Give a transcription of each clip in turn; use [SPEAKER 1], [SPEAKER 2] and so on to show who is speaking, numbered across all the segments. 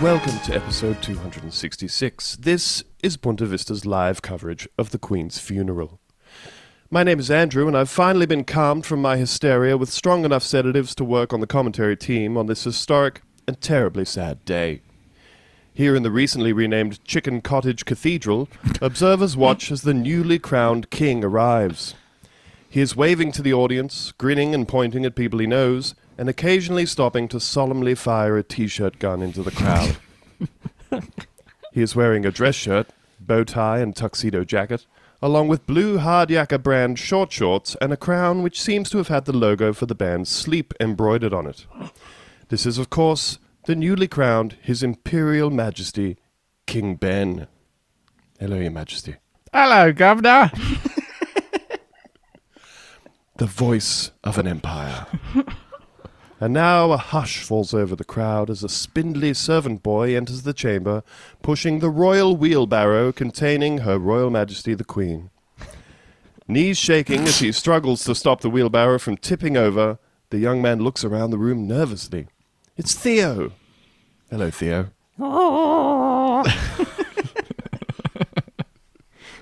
[SPEAKER 1] Welcome to episode 266. This is Buena Vista's live coverage of the Queen's funeral. My name is Andrew, and I've finally been calmed from my hysteria with strong enough sedatives to work on the commentary team on this historic and terribly sad day. Here in the recently renamed Chicken Cottage Cathedral, observers watch as the newly crowned king arrives. He is waving to the audience, grinning and pointing at people he knows, and occasionally stopping to solemnly fire a t shirt gun into the crowd. he is wearing a dress shirt, bow tie, and tuxedo jacket, along with blue hard yakka brand short shorts and a crown which seems to have had the logo for the band Sleep embroidered on it. This is, of course, the newly crowned His Imperial Majesty, King Ben. Hello, Your Majesty.
[SPEAKER 2] Hello, Governor.
[SPEAKER 1] the voice of an empire. and now a hush falls over the crowd as a spindly servant boy enters the chamber, pushing the royal wheelbarrow containing Her Royal Majesty the Queen. Knees shaking as he struggles to stop the wheelbarrow from tipping over, the young man looks around the room nervously. It's Theo. Hello, Theo.
[SPEAKER 3] Oh.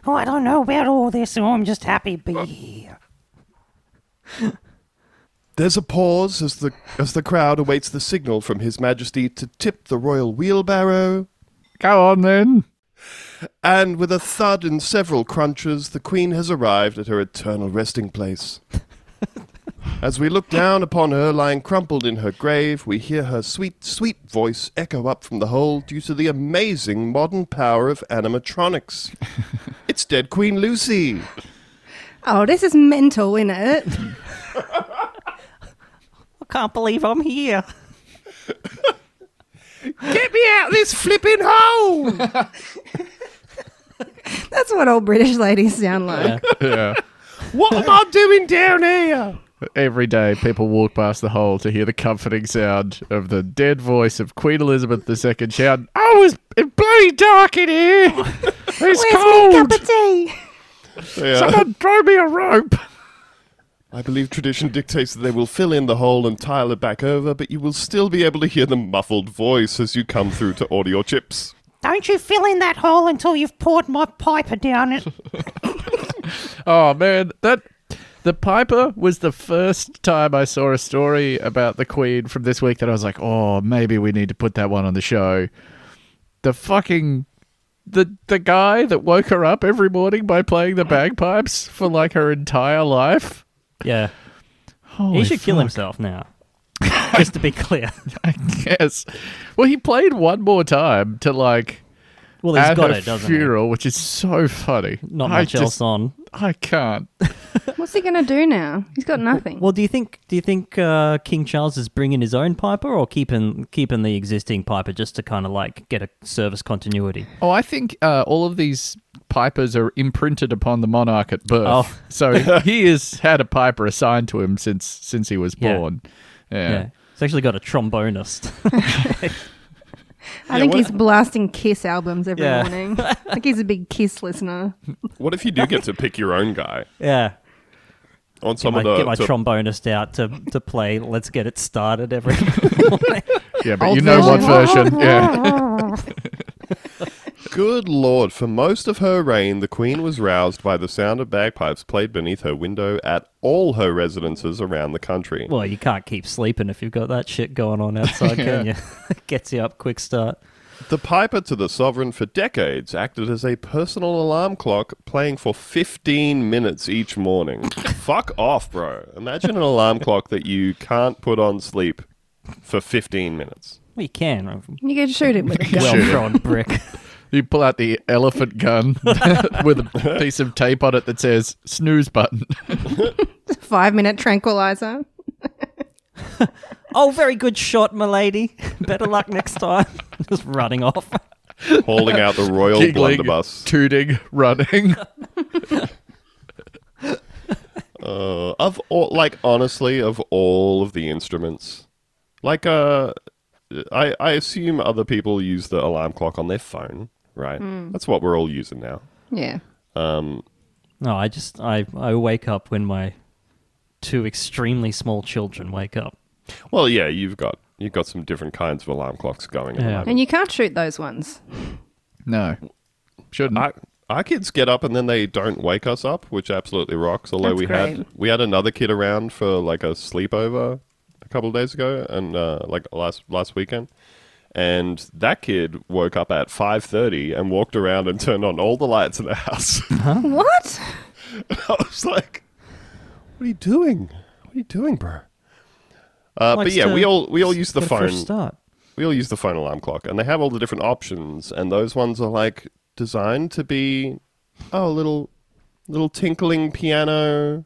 [SPEAKER 3] oh, I don't know about all this, oh, I'm just happy to be here.
[SPEAKER 1] There's a pause as the as the crowd awaits the signal from His Majesty to tip the royal wheelbarrow,
[SPEAKER 2] Go on then.
[SPEAKER 1] and with a thud and several crunches, the Queen has arrived at her eternal resting place. As we look down upon her lying crumpled in her grave, we hear her sweet, sweet voice echo up from the hole due to the amazing modern power of animatronics. it's dead Queen Lucy.
[SPEAKER 4] Oh, this is mental, isn't it?
[SPEAKER 3] I can't believe I'm here.
[SPEAKER 2] Get me out of this flipping hole.
[SPEAKER 4] That's what old British ladies sound like.
[SPEAKER 2] yeah.
[SPEAKER 1] What am I doing down here?
[SPEAKER 2] Every day, people walk past the hole to hear the comforting sound of the dead voice of Queen Elizabeth II shout, Oh, it's, it's bloody dark in here. It's
[SPEAKER 4] Where's my
[SPEAKER 2] cold.
[SPEAKER 4] cup of tea?
[SPEAKER 2] Someone throw me a rope.
[SPEAKER 1] I believe tradition dictates that they will fill in the hole and tile it back over, but you will still be able to hear the muffled voice as you come through to audio chips.
[SPEAKER 3] Don't you fill in that hole until you've poured my piper down it.
[SPEAKER 2] Oh, man. That. The Piper was the first time I saw a story about the Queen from this week that I was like, oh, maybe we need to put that one on the show. The fucking the the guy that woke her up every morning by playing the bagpipes for like her entire life.
[SPEAKER 5] Yeah.
[SPEAKER 2] Holy
[SPEAKER 5] he should kill
[SPEAKER 2] fuck.
[SPEAKER 5] himself now. Just to be clear.
[SPEAKER 2] I guess. Well, he played one more time to like
[SPEAKER 5] Well, he's
[SPEAKER 2] at
[SPEAKER 5] got
[SPEAKER 2] her
[SPEAKER 5] it, doesn't
[SPEAKER 2] funeral, which is so funny.
[SPEAKER 5] he? Not
[SPEAKER 2] I
[SPEAKER 5] much else on.
[SPEAKER 2] I can't.
[SPEAKER 4] What's he going to do now? He's got nothing.
[SPEAKER 5] Well, do you think do you think uh, King Charles is bringing his own piper or keeping keeping the existing piper just to kind of like get a service continuity?
[SPEAKER 2] Oh, I think uh, all of these pipers are imprinted upon the monarch at birth.
[SPEAKER 5] Oh.
[SPEAKER 2] So he has had a piper assigned to him since since he was
[SPEAKER 5] Yeah.
[SPEAKER 2] born.
[SPEAKER 5] Yeah.
[SPEAKER 2] Yeah.
[SPEAKER 5] He's actually got a trombonist.
[SPEAKER 4] I think
[SPEAKER 1] what-
[SPEAKER 4] he's blasting Kiss albums every
[SPEAKER 5] Yeah.
[SPEAKER 4] morning. like he's a big Kiss listener.
[SPEAKER 1] What if you do get to pick your own guy
[SPEAKER 5] yeah.
[SPEAKER 1] on
[SPEAKER 5] Get
[SPEAKER 1] some
[SPEAKER 5] my,
[SPEAKER 1] of the?
[SPEAKER 5] get my
[SPEAKER 1] so-
[SPEAKER 5] trombonist out to, to play Let's Get It Started every morning.
[SPEAKER 2] Yeah, but
[SPEAKER 4] Old
[SPEAKER 2] you know what
[SPEAKER 4] version.
[SPEAKER 2] version. Yeah.
[SPEAKER 4] Oh.
[SPEAKER 1] Good lord! For most of her reign, the queen was roused by the sound of bagpipes played beneath her window at all her residences around the country.
[SPEAKER 5] Well, you can't keep sleeping if you've got that shit going on outside, can you? Gets you up quick start.
[SPEAKER 1] The piper to the sovereign for decades acted as a personal alarm clock, playing for 15 minutes each morning. Fuck off, bro. Imagine an alarm clock that you can't put on sleep for 15 minutes.
[SPEAKER 5] Well, you can.
[SPEAKER 4] You could shoot him with a gun.
[SPEAKER 5] Well drawn brick.
[SPEAKER 2] You pull out the elephant gun with a piece of tape on it that says snooze button.
[SPEAKER 4] Five minute tranquilizer.
[SPEAKER 5] Oh, very good shot, my lady. Better luck next time. Just running off.
[SPEAKER 1] Holding out the royal
[SPEAKER 2] Giggling,
[SPEAKER 1] blunderbuss.
[SPEAKER 2] tooting, running.
[SPEAKER 1] Uh, of all, like honestly, of all of the instruments, like uh, I I assume other people use the alarm clock on their phone, right? That's what we're all using now.
[SPEAKER 4] Yeah.
[SPEAKER 5] No, I just I I wake up when my two extremely small children wake up.
[SPEAKER 1] Well, yeah, you've got You've got some different kinds of alarm clocks going at
[SPEAKER 5] Yeah.
[SPEAKER 1] the
[SPEAKER 4] And
[SPEAKER 1] moment.
[SPEAKER 4] you can't shoot those ones.
[SPEAKER 2] No, shouldn't.
[SPEAKER 1] Our, our kids get up and then they don't wake us up, which absolutely rocks. Although
[SPEAKER 4] That's
[SPEAKER 1] we had
[SPEAKER 4] great.
[SPEAKER 1] we had another kid around for like a sleepover a couple of days ago, and uh, like last last weekend. And that kid woke up at five thirty and walked around and turned on all the lights in the house.
[SPEAKER 4] What?
[SPEAKER 1] I was like, "What are you doing? What are you doing, bro?" Uh, but
[SPEAKER 5] Likes
[SPEAKER 1] yeah,
[SPEAKER 5] to
[SPEAKER 1] we all we all use the
[SPEAKER 5] get a fresh
[SPEAKER 1] phone.
[SPEAKER 5] start.
[SPEAKER 1] We all use the phone alarm clock, and they have all the different options, and those ones are like designed to be, oh, a little little tinkling piano,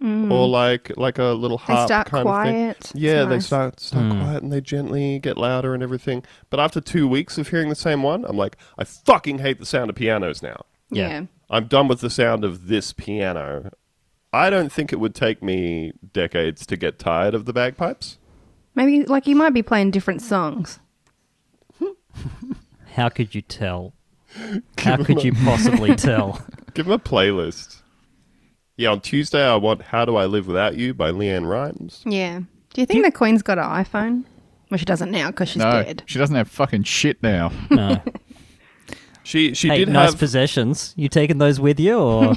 [SPEAKER 1] or like like a little
[SPEAKER 4] Mm. They
[SPEAKER 1] harp
[SPEAKER 4] start
[SPEAKER 1] kind
[SPEAKER 4] quiet.
[SPEAKER 1] of
[SPEAKER 4] It's
[SPEAKER 1] thing. Yeah, they
[SPEAKER 4] nice.
[SPEAKER 1] start start quiet, and they gently get louder and everything. But after two weeks of hearing the same one, I'm like, I fucking hate the sound of pianos now.
[SPEAKER 5] Yeah.
[SPEAKER 1] I'm done with the sound of this piano. I don't think it would take me decades to get tired of the bagpipes.
[SPEAKER 4] Maybe like you might be playing different songs.
[SPEAKER 5] How could you tell? How could you possibly tell?
[SPEAKER 1] Give them a playlist. Yeah, on Tuesday I want How Do I Live Without You by Leanne Rhymes.
[SPEAKER 4] Yeah. Do you think the Queen's got an iPhone? Well, she doesn't now because she's
[SPEAKER 2] no,
[SPEAKER 4] dead.
[SPEAKER 2] she doesn't have fucking shit now.
[SPEAKER 5] No.
[SPEAKER 1] She she
[SPEAKER 5] hey,
[SPEAKER 1] did
[SPEAKER 5] nice
[SPEAKER 1] have
[SPEAKER 5] possessions. You taking those with you, or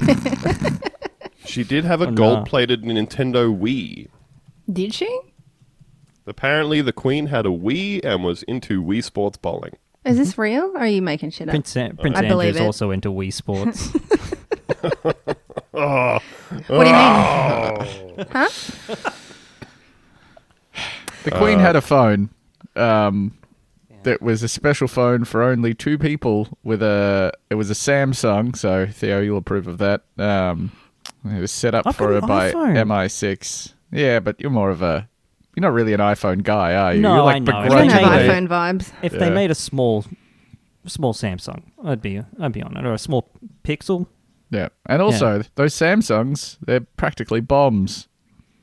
[SPEAKER 1] she did have a
[SPEAKER 5] Oh, no.
[SPEAKER 1] gold-plated Nintendo Wii.
[SPEAKER 4] Did she?
[SPEAKER 1] Apparently the Queen had a Wii and was into Wii sports bowling.
[SPEAKER 4] Is this real? Or are you making shit up?
[SPEAKER 5] Prince, An- Prince
[SPEAKER 4] I believe
[SPEAKER 5] Andrew's
[SPEAKER 4] it.
[SPEAKER 5] also into Wii Sports?
[SPEAKER 4] what do you mean? huh?
[SPEAKER 2] The Queen
[SPEAKER 5] Uh,
[SPEAKER 2] had a phone um, that was a special phone for only two people. With a it was a Samsung, so Theo, you'll approve of that. Um, it was set up
[SPEAKER 5] I've
[SPEAKER 2] for
[SPEAKER 5] got
[SPEAKER 2] her
[SPEAKER 5] an
[SPEAKER 2] by
[SPEAKER 5] iPhone.
[SPEAKER 2] MI6. Yeah, but you're more of a you're not really an iPhone guy, are you?
[SPEAKER 5] No,
[SPEAKER 2] you're
[SPEAKER 5] I
[SPEAKER 2] like
[SPEAKER 5] know. I
[SPEAKER 4] I don't have
[SPEAKER 5] Right.
[SPEAKER 2] begrudgingly.
[SPEAKER 4] iPhone vibes.
[SPEAKER 5] if they
[SPEAKER 2] Yeah.
[SPEAKER 5] made a small, small Samsung, I'd be I'd be on it, or a small Pixel.
[SPEAKER 2] Yeah, and also those Samsungs, they're practically bombs.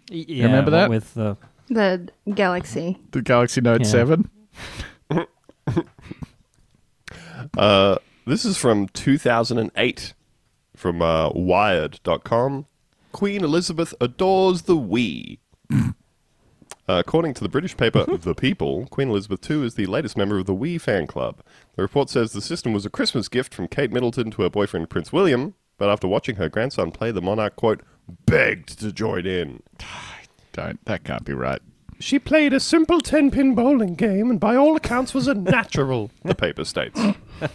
[SPEAKER 5] Y- Yeah,
[SPEAKER 2] remember
[SPEAKER 5] one
[SPEAKER 2] that?
[SPEAKER 5] with the
[SPEAKER 4] The Galaxy.
[SPEAKER 2] The Galaxy Note
[SPEAKER 5] Yeah.
[SPEAKER 2] Seven.
[SPEAKER 1] Uh, this is from 2008 from uh, wired.com. Queen Elizabeth adores the Wii. Uh, according to the British paper The People, Queen Elizabeth II is the latest member of the Wii fan club. The report says the system was a Christmas gift from Kate Middleton to her boyfriend Prince William, but after watching her grandson play, the monarch, quote, begged to join in.
[SPEAKER 2] Don't that can't be right.
[SPEAKER 1] She played a simple 10 pin bowling game and by all accounts was a natural, the paper states.
[SPEAKER 4] played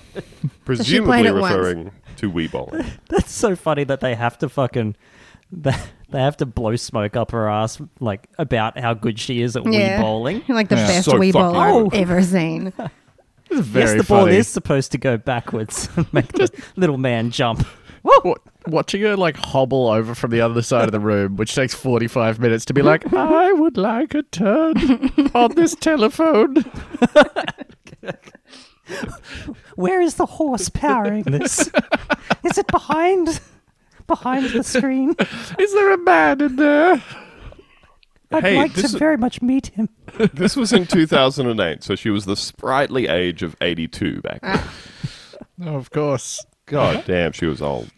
[SPEAKER 1] Presumably
[SPEAKER 4] it once.
[SPEAKER 1] referring to Wii bowling.
[SPEAKER 5] That's so funny that they have to fucking they, they have to blow smoke up her ass like about how good she is at Wii bowling.
[SPEAKER 4] Like the
[SPEAKER 2] Yeah.
[SPEAKER 4] best
[SPEAKER 1] So
[SPEAKER 4] Wii
[SPEAKER 1] fucking
[SPEAKER 4] bowler I've
[SPEAKER 1] good.
[SPEAKER 4] ever seen.
[SPEAKER 2] This is very
[SPEAKER 5] yes, the ball
[SPEAKER 2] funny.
[SPEAKER 5] is supposed to go backwards and make the little man jump.
[SPEAKER 2] Wa- watching her like hobble over from the other side of the room, which takes 45 minutes to be like, I would like a turn on this telephone.
[SPEAKER 3] Where is the horse powering this? is it behind? Behind the screen?
[SPEAKER 2] Is there a man in there?
[SPEAKER 3] I'd
[SPEAKER 1] Hey,
[SPEAKER 3] like to
[SPEAKER 1] this-
[SPEAKER 3] very much meet him.
[SPEAKER 1] This was in 2008, so she was the sprightly age of 82 back
[SPEAKER 2] Uh-huh.
[SPEAKER 1] then.
[SPEAKER 2] Oh, of course.
[SPEAKER 1] God damn, she was old.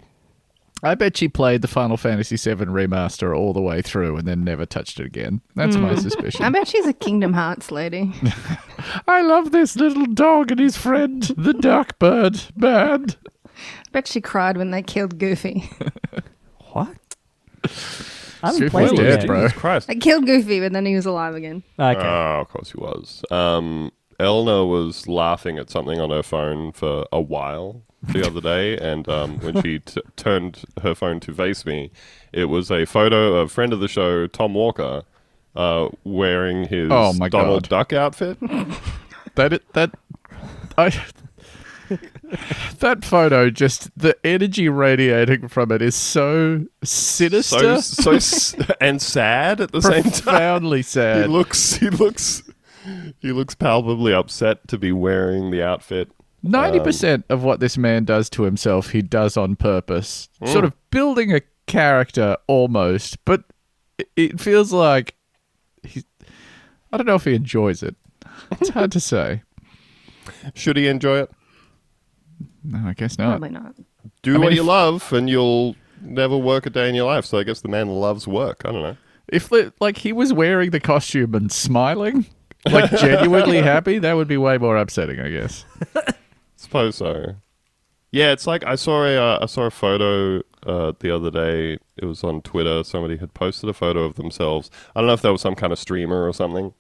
[SPEAKER 2] I bet she played the Final Fantasy VII remaster all the way through and then never touched it again. That's my
[SPEAKER 4] I
[SPEAKER 2] suspicion.
[SPEAKER 4] bet she's a Kingdom Hearts lady.
[SPEAKER 2] I love this little dog and his friend, the duck bird man.
[SPEAKER 4] I bet she cried when they killed Goofy.
[SPEAKER 5] What? I haven't
[SPEAKER 2] Super
[SPEAKER 5] played it
[SPEAKER 2] dead,
[SPEAKER 5] yet.
[SPEAKER 2] bro.
[SPEAKER 1] Jesus Christ.
[SPEAKER 4] They killed Goofy, but then he was alive again.
[SPEAKER 5] Okay.
[SPEAKER 2] Uh,
[SPEAKER 1] Oh, of course he was. Um, Elna was laughing at something on her phone for a while the other day, and um, when she t- turned her phone to face me, it was a photo of friend of the show, Tom Walker, uh, wearing his
[SPEAKER 2] Oh, my
[SPEAKER 1] Donald
[SPEAKER 2] God.
[SPEAKER 1] Duck outfit.
[SPEAKER 2] That that I that photo just the energy radiating from it is so
[SPEAKER 1] so,
[SPEAKER 2] sinister,
[SPEAKER 1] so s- and sad at the same time.
[SPEAKER 2] profoundly
[SPEAKER 1] he
[SPEAKER 2] sad.
[SPEAKER 1] looks he looks he looks palpably upset to be wearing the outfit
[SPEAKER 2] Ninety percent of what this man does to himself, he does on purpose.
[SPEAKER 1] Mm.
[SPEAKER 2] Sort of building a character almost, but it- it feels like he. I don't know if he enjoys it. It's hard to say.
[SPEAKER 1] should he enjoy it
[SPEAKER 2] No, I guess
[SPEAKER 1] Oh.
[SPEAKER 2] not.
[SPEAKER 4] Probably not.
[SPEAKER 1] do
[SPEAKER 2] mean,
[SPEAKER 1] what
[SPEAKER 2] if-
[SPEAKER 1] you love and you'll never work a day in your life so i guess the man loves work i don't know
[SPEAKER 2] If the, like he was wearing the costume and smiling, Like genuinely happy? That would be way more upsetting, I guess.
[SPEAKER 1] Suppose so. Yeah, it's like I saw a uh, I saw a photo uh, the other day. It was on Twitter. Somebody had posted a photo of themselves. I don't know if that was some kind of streamer or something,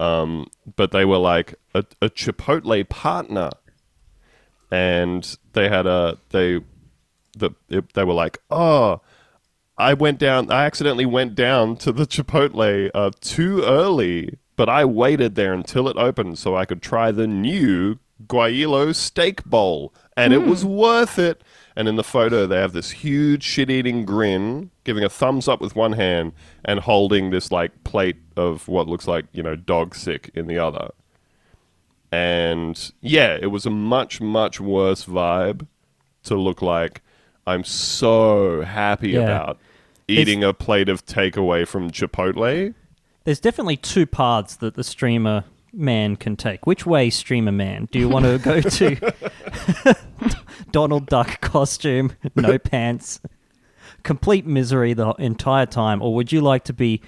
[SPEAKER 1] um, but they were like a, a Chipotle partner, and they had a they the it, they were like oh. I went down. I accidentally went down to the Chipotle uh, too early, but I waited there until it opened so I could try the new Guayilo steak bowl, and it was worth it. And in the photo, they have this huge shit-eating grin, giving a thumbs up with one hand and holding this like plate of what looks like you know dog sick in the other. And yeah, it was a much much worse vibe to look like I'm so happy
[SPEAKER 5] Yeah.
[SPEAKER 1] about eating a plate of takeaway from Chipotle.
[SPEAKER 5] There's definitely two paths that the streamer man can take. Which way, streamer man? Do you want to go to Donald Duck costume, no pants, complete misery the entire time, or would you like to be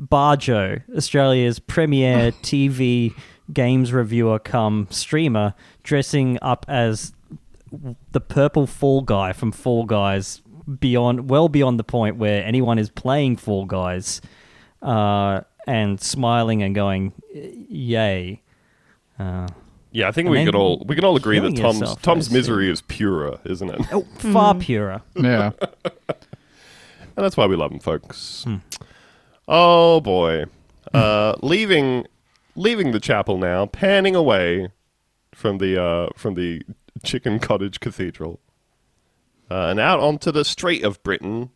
[SPEAKER 5] Barjo, Australia's premier TV games reviewer come streamer, dressing up as the purple Fall Guy from Fall Guys, beyond well beyond the point where anyone is playing Fall Guys, uh, and smiling and going, "Yay!" Uh,
[SPEAKER 1] Yeah, I think
[SPEAKER 5] And
[SPEAKER 1] we
[SPEAKER 5] then
[SPEAKER 1] could all we can all agree that
[SPEAKER 5] killing
[SPEAKER 1] Tom's
[SPEAKER 5] yourself, I
[SPEAKER 1] Tom's
[SPEAKER 5] assume.
[SPEAKER 1] misery is purer, isn't it?
[SPEAKER 5] oh,
[SPEAKER 2] Hmm.
[SPEAKER 5] far purer.
[SPEAKER 2] Yeah.
[SPEAKER 1] And that's why we love him, folks. Oh boy. Uh, leaving leaving the chapel now, panning away from the uh, from the chicken cottage cathedral. Uh, and out onto the street of Britain.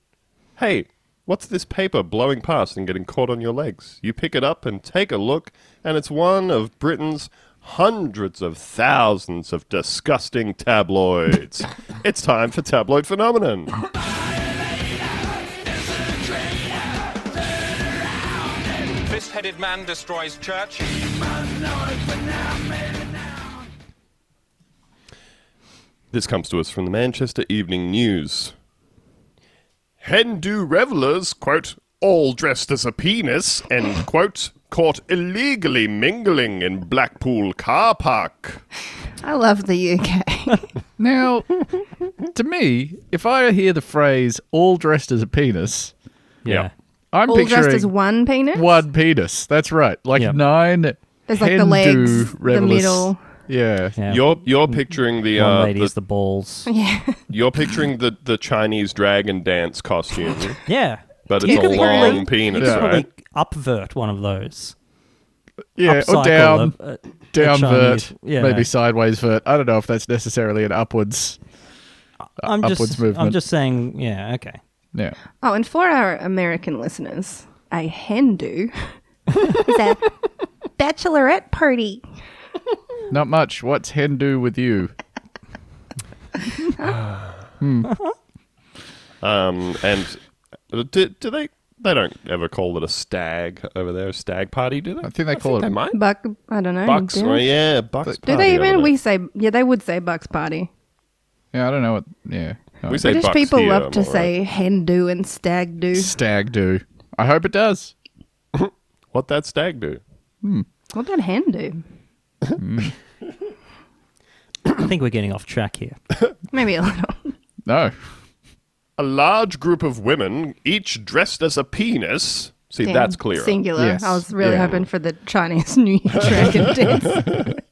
[SPEAKER 1] Hey, what's this paper blowing past and getting caught on your legs? You pick it up and take a look, and it's one of Britain's hundreds of thousands of disgusting tabloids. it's time for tabloid phenomenon.
[SPEAKER 6] Fist-headed man destroys church.
[SPEAKER 1] This comes to us from the Manchester Evening News. Hindu revelers, quote, all dressed as a penis, end quote, caught illegally mingling in Blackpool car park.
[SPEAKER 4] I love the UK.
[SPEAKER 2] Now, to me, if I hear the phrase all dressed as a penis,
[SPEAKER 1] Yeah.
[SPEAKER 2] I'm
[SPEAKER 4] All
[SPEAKER 2] picturing
[SPEAKER 4] dressed as one penis.
[SPEAKER 2] one penis. That's right. Like
[SPEAKER 5] Yeah.
[SPEAKER 2] nine.
[SPEAKER 4] There's like the
[SPEAKER 2] Hindu
[SPEAKER 4] legs, the
[SPEAKER 2] revelers.
[SPEAKER 4] middle.
[SPEAKER 2] Yeah.
[SPEAKER 5] Yeah.
[SPEAKER 1] You're you're picturing the,
[SPEAKER 5] One
[SPEAKER 1] uh,
[SPEAKER 5] lady is
[SPEAKER 1] the
[SPEAKER 5] the balls.
[SPEAKER 4] Yeah.
[SPEAKER 1] you're picturing the, the Chinese dragon dance costume,
[SPEAKER 5] Yeah.
[SPEAKER 1] but it's
[SPEAKER 5] You
[SPEAKER 1] a
[SPEAKER 5] could
[SPEAKER 1] long
[SPEAKER 5] probably-
[SPEAKER 1] penis,
[SPEAKER 5] You could probably
[SPEAKER 1] right?
[SPEAKER 5] upvert one of those.
[SPEAKER 2] Yeah.
[SPEAKER 5] Upcycle
[SPEAKER 2] Or down,
[SPEAKER 5] a- a-
[SPEAKER 2] down
[SPEAKER 5] Chinese-
[SPEAKER 2] vert,
[SPEAKER 5] yeah.
[SPEAKER 2] maybe sideways vert. I don't know if that's necessarily an upwards.
[SPEAKER 5] I'm
[SPEAKER 2] upwards
[SPEAKER 5] just, I'm
[SPEAKER 2] movement.
[SPEAKER 5] just saying, yeah, okay.
[SPEAKER 2] Yeah.
[SPEAKER 4] Oh, and for our American listeners, a Hindu is a bachelorette party.
[SPEAKER 2] Not much. What's hen do with you?
[SPEAKER 1] Um, and uh, do, do they they don't ever call it a stag over there, a stag party, do they?
[SPEAKER 2] I think they call
[SPEAKER 1] They
[SPEAKER 2] it.
[SPEAKER 1] might.
[SPEAKER 4] Buck, I don't know.
[SPEAKER 1] Bucks,
[SPEAKER 4] do
[SPEAKER 1] right?
[SPEAKER 4] they?
[SPEAKER 1] Yeah, bucks.
[SPEAKER 4] Do
[SPEAKER 1] party
[SPEAKER 4] they
[SPEAKER 1] over
[SPEAKER 4] even?
[SPEAKER 1] there.
[SPEAKER 4] We say, yeah, they would say Bucks party.
[SPEAKER 2] Yeah, I don't know what. Yeah. No.
[SPEAKER 1] We say
[SPEAKER 4] British
[SPEAKER 1] bucks
[SPEAKER 4] people
[SPEAKER 1] here,
[SPEAKER 4] love to
[SPEAKER 1] am I right?
[SPEAKER 4] say Hindu and stag do.
[SPEAKER 2] stag do. I hope it does.
[SPEAKER 1] What that stag do?
[SPEAKER 4] What about hen do?
[SPEAKER 5] I think we're getting off track here.
[SPEAKER 4] Maybe a little.
[SPEAKER 2] No.
[SPEAKER 1] A large group of women, each dressed as a penis. See,
[SPEAKER 4] Damn,
[SPEAKER 1] that's clear.
[SPEAKER 4] Singular.
[SPEAKER 2] Yes.
[SPEAKER 4] I was really
[SPEAKER 2] Yeah.
[SPEAKER 4] hoping for the Chinese New Year dragon dance.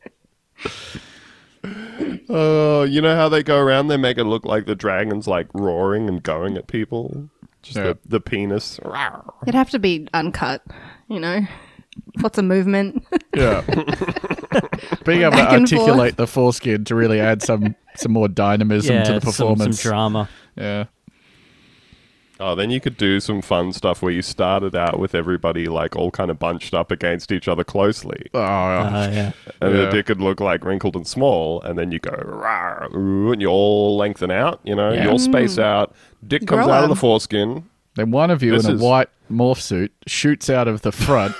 [SPEAKER 1] Oh, you know how they go around? They make it look like the dragon's like roaring and going at people. Just
[SPEAKER 2] Yeah.
[SPEAKER 1] the, the penis.
[SPEAKER 4] It'd have to be uncut, you know. Lots of movement.
[SPEAKER 2] Yeah. Being able to
[SPEAKER 4] Back and
[SPEAKER 2] articulate
[SPEAKER 4] forth.
[SPEAKER 2] the foreskin to really add some some more dynamism
[SPEAKER 5] yeah,
[SPEAKER 2] to the
[SPEAKER 5] some-
[SPEAKER 2] performance.
[SPEAKER 5] some drama.
[SPEAKER 2] yeah.
[SPEAKER 1] Oh, then you could do some fun stuff where you started out with everybody like all kind of bunched up against each other closely.
[SPEAKER 2] Oh,
[SPEAKER 5] Uh, yeah.
[SPEAKER 1] And
[SPEAKER 2] Yeah.
[SPEAKER 1] the dick could look like wrinkled and small, and then you go "Rar," ooh, and you all lengthen out, you know,
[SPEAKER 5] Yeah.
[SPEAKER 1] you all space out. Dick
[SPEAKER 4] Mm. Grow
[SPEAKER 1] comes out of the
[SPEAKER 4] up.
[SPEAKER 1] foreskin.
[SPEAKER 2] Then one of you
[SPEAKER 1] This
[SPEAKER 2] in a
[SPEAKER 1] is-
[SPEAKER 2] white morph suit shoots out of the front,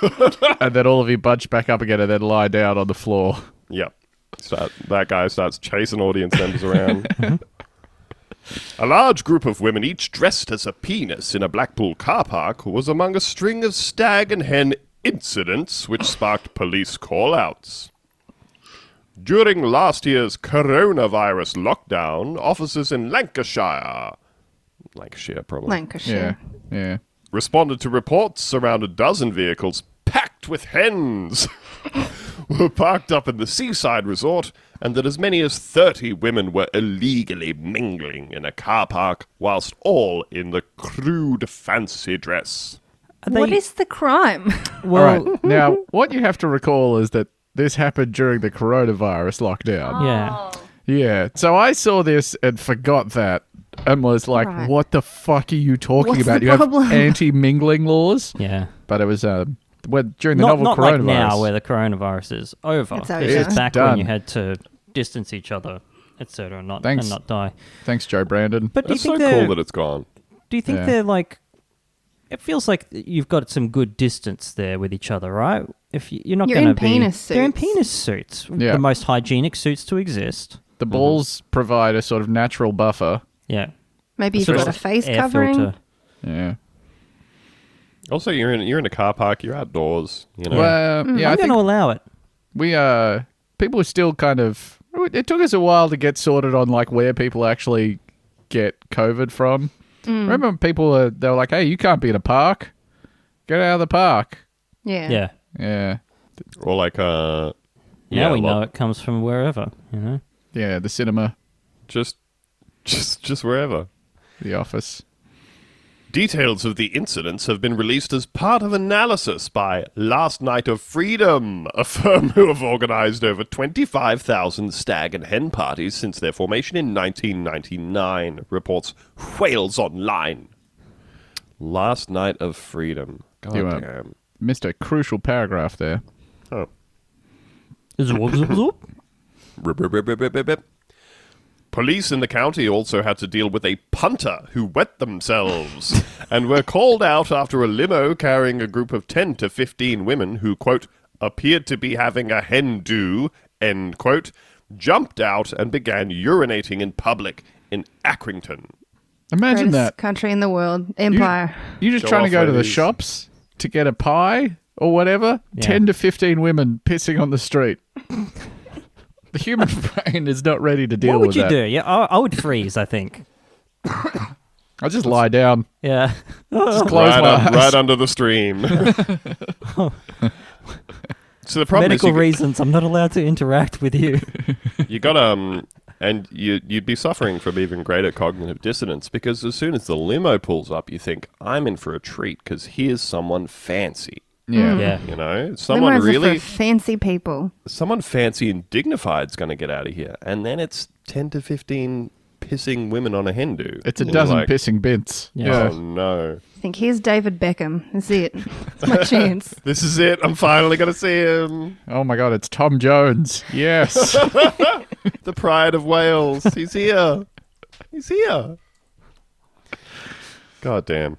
[SPEAKER 2] and then all of you bunch back up again and then lie down on the floor.
[SPEAKER 1] Yep. Start, that guy starts chasing audience members around. a large group of women, each dressed as a penis, in a Blackpool car park, was among a string of stag and hen incidents which sparked police call-outs. During last year's coronavirus lockdown, officers in Lancashire, Lancashire probably,
[SPEAKER 4] Lancashire.
[SPEAKER 2] Yeah. Yeah.
[SPEAKER 1] responded to reports around a dozen vehicles packed with hens were parked up in the seaside resort and that as many as 30 women were illegally mingling in a car park whilst all in the crude fancy dress.
[SPEAKER 5] Are they-
[SPEAKER 4] What is the crime?
[SPEAKER 5] well,
[SPEAKER 2] All right. Now, what you have to recall is that this happened during the coronavirus lockdown.
[SPEAKER 5] yeah.
[SPEAKER 2] Yeah. So I saw this and forgot that and was like,
[SPEAKER 4] Right.
[SPEAKER 2] what the fuck are you talking
[SPEAKER 4] What's
[SPEAKER 2] about?
[SPEAKER 4] the
[SPEAKER 2] you
[SPEAKER 4] problem?"
[SPEAKER 2] have anti mingling laws?
[SPEAKER 5] Yeah.
[SPEAKER 2] But it was uh, when, during the
[SPEAKER 5] not
[SPEAKER 2] novel
[SPEAKER 5] not
[SPEAKER 2] coronavirus.
[SPEAKER 5] like now where the coronavirus is over.
[SPEAKER 4] It's
[SPEAKER 5] It's,
[SPEAKER 4] over.
[SPEAKER 5] just
[SPEAKER 4] It's
[SPEAKER 5] back
[SPEAKER 2] done.
[SPEAKER 5] when you had to distance each other, etc., and not
[SPEAKER 2] Thanks.
[SPEAKER 5] and not die.
[SPEAKER 2] Thanks, Joe Brandon.
[SPEAKER 5] But do you
[SPEAKER 1] That's so
[SPEAKER 5] think
[SPEAKER 1] cool
[SPEAKER 5] they're
[SPEAKER 1] that it's gone.
[SPEAKER 5] do you think
[SPEAKER 2] Yeah.
[SPEAKER 5] they're like? It feels like you've got some good distance there with each other, right? If you, you're not
[SPEAKER 4] You're
[SPEAKER 5] going to
[SPEAKER 4] in
[SPEAKER 5] be,
[SPEAKER 4] penis
[SPEAKER 5] they're in
[SPEAKER 4] suits.
[SPEAKER 5] penis suits,
[SPEAKER 2] Yeah.
[SPEAKER 5] the most hygienic suits to exist.
[SPEAKER 2] the balls provide a sort of natural buffer.
[SPEAKER 5] Yeah,
[SPEAKER 4] Maybe you've
[SPEAKER 5] Sort
[SPEAKER 4] got a
[SPEAKER 5] of
[SPEAKER 4] face
[SPEAKER 5] air
[SPEAKER 4] covering.
[SPEAKER 5] filter.
[SPEAKER 2] Yeah.
[SPEAKER 1] Also, you're in you're in a car park. You're outdoors. You know,
[SPEAKER 2] Well, Uh,
[SPEAKER 4] Mm.
[SPEAKER 2] yeah, I
[SPEAKER 5] I'm going
[SPEAKER 2] think
[SPEAKER 5] to allow it.
[SPEAKER 2] we uh people were still kind of it took us a while to get sorted on like where people actually get covid from
[SPEAKER 4] Mm.
[SPEAKER 2] remember when people were they were like hey you can't be in a park get out of the park
[SPEAKER 4] Yeah.
[SPEAKER 5] Yeah.
[SPEAKER 2] yeah
[SPEAKER 1] or like uh,
[SPEAKER 5] Now
[SPEAKER 1] yeah,
[SPEAKER 5] we
[SPEAKER 1] lo-
[SPEAKER 5] know it comes from wherever, you know.
[SPEAKER 2] yeah the cinema
[SPEAKER 1] Just, just, just wherever.
[SPEAKER 2] the office
[SPEAKER 1] Details of the incidents have been released as part of analysis by Last Night of Freedom, a firm who have organized over 25,000 stag and hen parties since their formation in 1999, reports Wales Online. Last Night of Freedom. God
[SPEAKER 2] You are-
[SPEAKER 1] damn.
[SPEAKER 2] missed a crucial paragraph there
[SPEAKER 1] Oh.
[SPEAKER 5] Zoop, zoop, zoop.
[SPEAKER 1] Rip, rip, rip, rip, rip, rip, rip. Police in the county also had to deal with a punter who wet themselves and were called out after a limo carrying a group of 10 to 15 women who, quote, appeared to be having a hen do, end quote, jumped out and began urinating in public in Accrington.
[SPEAKER 2] imagine
[SPEAKER 4] Greatest
[SPEAKER 2] that
[SPEAKER 4] country in the world.
[SPEAKER 2] you,
[SPEAKER 4] Empire.
[SPEAKER 2] you're just
[SPEAKER 1] Show
[SPEAKER 2] trying to
[SPEAKER 1] off,
[SPEAKER 2] go to the
[SPEAKER 1] ladies.
[SPEAKER 2] shops to get a pie or whatever 10 to 15 women pissing on the street the human brain is not ready to deal
[SPEAKER 5] What would
[SPEAKER 2] with
[SPEAKER 5] you
[SPEAKER 2] that
[SPEAKER 5] do? Yeah, I, I would freeze. I think.
[SPEAKER 2] i just lie down
[SPEAKER 5] Yeah.
[SPEAKER 2] just close
[SPEAKER 1] right,
[SPEAKER 2] my
[SPEAKER 1] un-
[SPEAKER 2] eyes.
[SPEAKER 1] right under the stream. so the problem
[SPEAKER 5] Medical
[SPEAKER 1] is you,
[SPEAKER 5] reasons. I'm not allowed to interact with you.
[SPEAKER 1] you got um and you you'd be suffering from even greater cognitive dissonance because as soon as the limo pulls up you think i'm in for a treat because here's someone fancy
[SPEAKER 2] Yeah.
[SPEAKER 5] yeah.
[SPEAKER 1] you know someone
[SPEAKER 4] Limos are
[SPEAKER 1] really
[SPEAKER 4] for fancy people.
[SPEAKER 1] someone fancy and dignified's going to get out of here and then it's 10 to 15 pissing women on a hindu
[SPEAKER 2] It's a dozen
[SPEAKER 1] like,
[SPEAKER 2] pissing bits.
[SPEAKER 1] oh
[SPEAKER 5] Yeah. Um,
[SPEAKER 1] no
[SPEAKER 4] Think here's David Beckham. That's it. It's my chance.
[SPEAKER 1] this is it i'm finally going to see him
[SPEAKER 2] Oh my god, it's Tom Jones. Yes.
[SPEAKER 1] the pride of wales he's here he's here God damn.